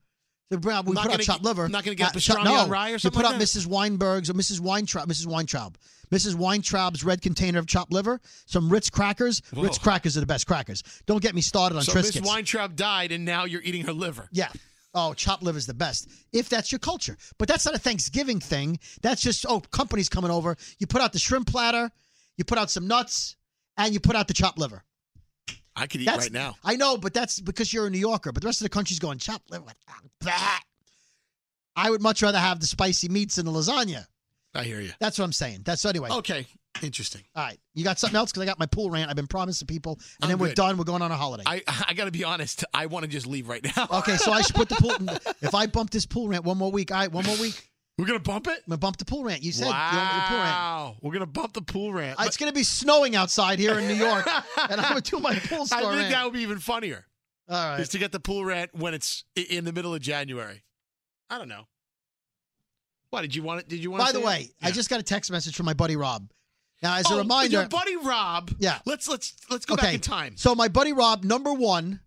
So, bro, We Not put out gonna chopped get- liver. not gonna get chop- pastrami no. on rye or something You put like out that? Mrs. Weinberg's or Mrs. Weintraub, Mrs. Weintraub, Mrs. Weintraub's red container of chopped liver, some Ritz crackers. Ritz Whoa. crackers are the best crackers. Don't get me started on So Miss Triscuits. Weintraub died, and now you're eating her liver. yeah. Oh, chopped liver's the best if that's your culture. But that's not a Thanksgiving thing. That's just oh, company's coming over. You put out the shrimp platter, you put out some nuts, and you put out the chopped liver. I could eat That's right now. I know, but that's because you're a New Yorker. But the rest of the country's going chop liver. ah, blah." I would much rather have the spicy meats and the lasagna. I hear you. That's what I'm saying. That's so anyway. Okay, interesting. All right, you got something else? Because I got my pool rant. I've been promising people, and I'm then we're good. done. We're going on a holiday. I [laughs] I got to be honest. I want to just leave right now. okay, so I should put the pool. if I bump this pool rant one more week, all right, one more week. [laughs] We're gonna bump it. I'm gonna bump the pool rant. You said you want me to pool rant. Uh, wow. We're gonna bump the pool rant. It's gonna be snowing outside here in [laughs] New York, and I'm gonna do my pool I star think rant. that would be even funnier. [laughs] All right. Is to get the pool rant when it's i- in the middle of January. I don't know. Why did you want it? Did you want? By the way, I just got a text message from my buddy Rob. Now, as a reminder, your buddy Rob. Yeah. Let's let's let's go back in time. So my buddy Rob, number one,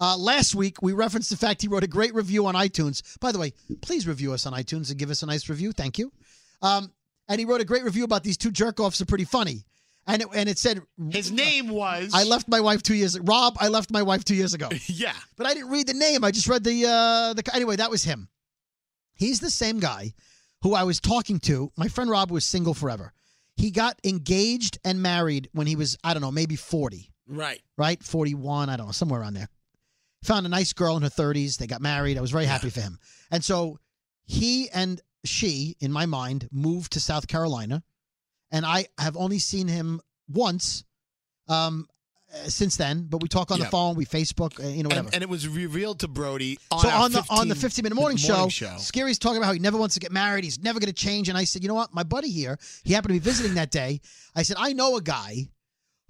uh, last week we referenced the fact he wrote a great review on iTunes. By the way, please review us on iTunes and give us a nice review. Thank you. Um, and he wrote a great review about these two jerk offs are pretty funny. And it, and it said, His name was. I left my wife two years. Rob, I left my wife two years ago. [laughs] Yeah. But I didn't read the name. I just read the uh the anyway, that was him. He's the same guy who I was talking to. My friend Rob was single forever. He got engaged and married when he was I don't know, maybe 40, Right. right? 41, I don't know, somewhere around there. Found a nice girl in her 30s. They got married. I was very happy for him. And so he and she in my mind moved to South Carolina and I have only seen him once um uh, since then, but we talk on Yeah. the phone, we Facebook, uh, you know whatever And, and it was revealed to Brody on so our on the on 15 the 15 minute morning, morning show, show. Scary's talking about how he never wants to get married. He's never going to change. And I said, you know what? My buddy here, he happened to be visiting that day. I said, I know a guy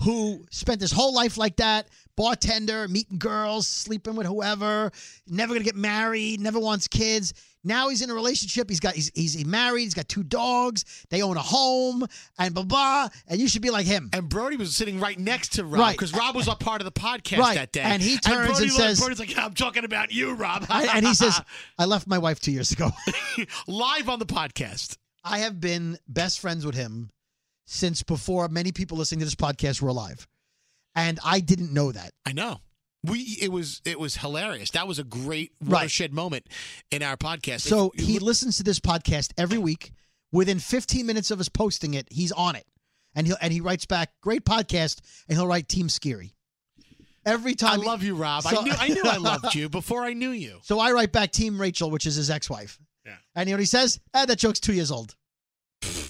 who spent his whole life like that, bartender, meeting girls, sleeping with whoever, never going to get married, never wants kids. Now he's in a relationship. He's got he's he's married. He's got two dogs. They own a home and blah blah. And you should be like [laughs] him. And Brody was sitting right next to Rob Right. because Rob was a part of the podcast Right. that day. And he turns Brody and looked- says- Brody's like, I'm talking about you, Rob. I- and he says, I left my wife two years ago. [laughs] [laughs] live on the podcast. I have been best friends with him since before many people listening to this podcast were alive. And I didn't know that. I know. We it was it was hilarious. That was a great Right. watershed moment in our podcast. So If you he look- listens to this podcast every week. Within 15 minutes of us posting it, he's on it. And he will and he writes back, great podcast, and he'll write Team Scary. Every I time love you, Rob. I So- knew I knew [laughs] I loved you before I knew you. So I write back Team Rachel, which is his ex-wife. Yeah. And you know what he says? Ah, that joke's two years old.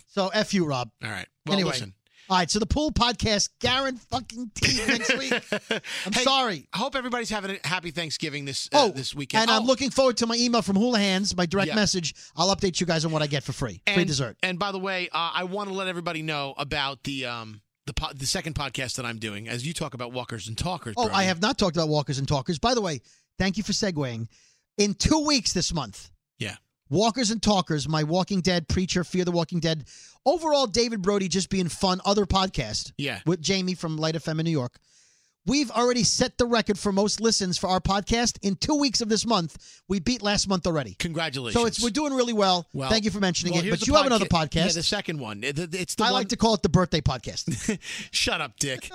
so F you, Rob. All right. Well, Anyway. listen. All right, so the pool podcast, Garen fucking T [laughs] next week. I'm Hey, sorry. I hope everybody's having a happy Thanksgiving this uh, Oh, this weekend. And I'm Oh, looking forward to my email from Hula Hands, my direct Yeah. message. I'll update you guys on what I get for free. free and- dessert. And by the way, uh, I want to let everybody know about the um the po- the second podcast that I'm doing as you talk about walkers and talkers. Oh, Brody. I have not talked about walkers and talkers. By the way, thank you for segueing. In two weeks this month, Yeah. Walkers and Talkers, my Walking Dead preacher, Fear the Walking Dead. Overall, David Brody just being fun, other podcast Yeah. with Jamie from Light FM in New York. We've already set the record for most listens for our podcast in two weeks of this month. We beat last month already. Congratulations. So it's we're doing really well. Well, Thank you for mentioning well, it. here's But the you have another podca- Yeah, podcast. the second one. It- it- It's the I one. like to call it the birthday podcast. [laughs] Shut up, [laughs] Dick.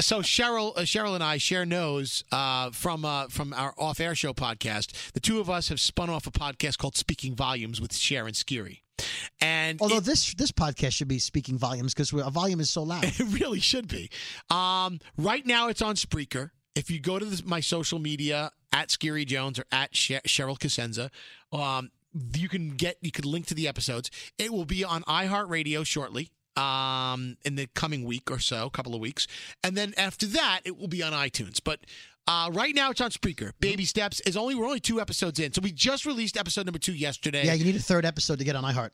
so Cheryl, uh, Cheryl and I, Cher knows uh, from uh, from our off-air show podcast. The two of us have spun off a podcast called Speaking Volumes with Cher and Skiri, and Although it, this this podcast should be speaking volumes because our volume is [laughs] so loud. it really should be. Um, right now, it's on Spreaker. If you go to this, my social media at Skiri Jones or at Cher- Cheryl Casenza, um, you can get you could link to the episodes. It will be on iHeartRadio shortly um in the coming week or so couple of weeks and then after that it will be on itunes but uh right now it's on spreaker baby steps is only we're only two episodes in so we just released episode number two yesterday Yeah, you need a third episode to get on iHeart.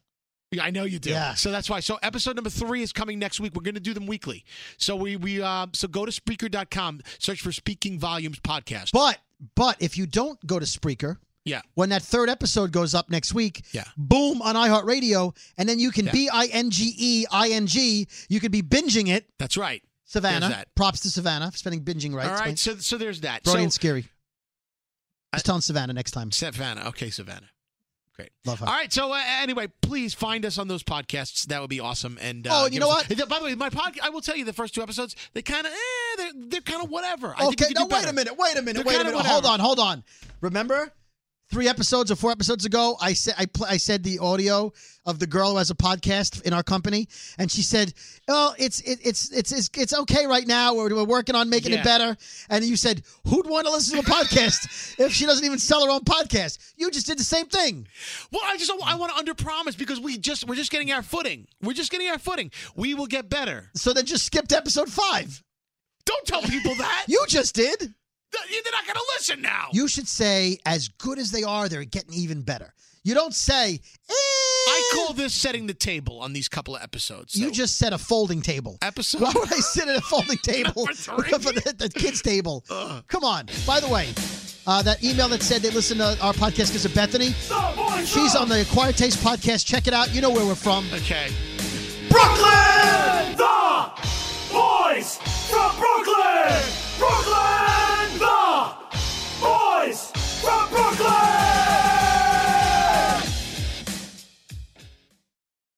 yeah, I know you do. Yeah. So that's why. So episode number three is coming next week. We're going to do them weekly. So we we uh, so go to Spreaker.com, search for Speaking Volumes podcast. But but if you don't go to Spreaker, yeah. when that third episode goes up next week, Yeah. boom on iHeartRadio, and then you can Yeah. B I N G E I N G. You could be binging it. That's right. Savannah, There's that. props to Savannah for spending binging rights. All right. Brody So so there's that. and so Scary. Just telling Savannah next time. Savannah. Okay, Savannah. Great. Love her. All right. So uh, anyway, please find us on those podcasts. That would be awesome. And uh, Oh, and give you know us- [laughs] By the way, my podcast. I will tell you, the first two episodes, they kind of, eh, they're, they're kind of whatever. I think we okay, could no, do wait better. a minute, wait a minute, They're wait a kinda minute. Hold whatever. on, hold on. Remember, three episodes or four episodes ago, I said I, pl- I said the audio of the girl who has a podcast in our company, and she said, "Oh, it's it, it's it's it's it's okay right now. We're, we're working on making Yeah. it better." And you said, "Who'd want to listen to a [laughs] podcast if she doesn't even sell her own podcast?" You just did the same thing. Well, I just don't, I want to underpromise because we just we're just getting our footing. We're just getting our footing. We will get better. So then, just skipped episode five. Don't tell people that. [laughs] You just did. Th- They're not going to listen now. You should say, as good as they are, they're getting even better. You don't say. "Eh." I call this setting the table on these couple of episodes. You So, just said a folding table. episode. Why would I sit at a [laughs] folding table [laughs] for three? the, the kids' table? Come on. By the way, uh, that email that said they listen to our podcast because of Bethany. She's on the Acquired Taste podcast. Check it out. You know where we're from. Okay. Brooklyn! The boys from Brooklyn! Brooklyn! The boys from Brooklyn!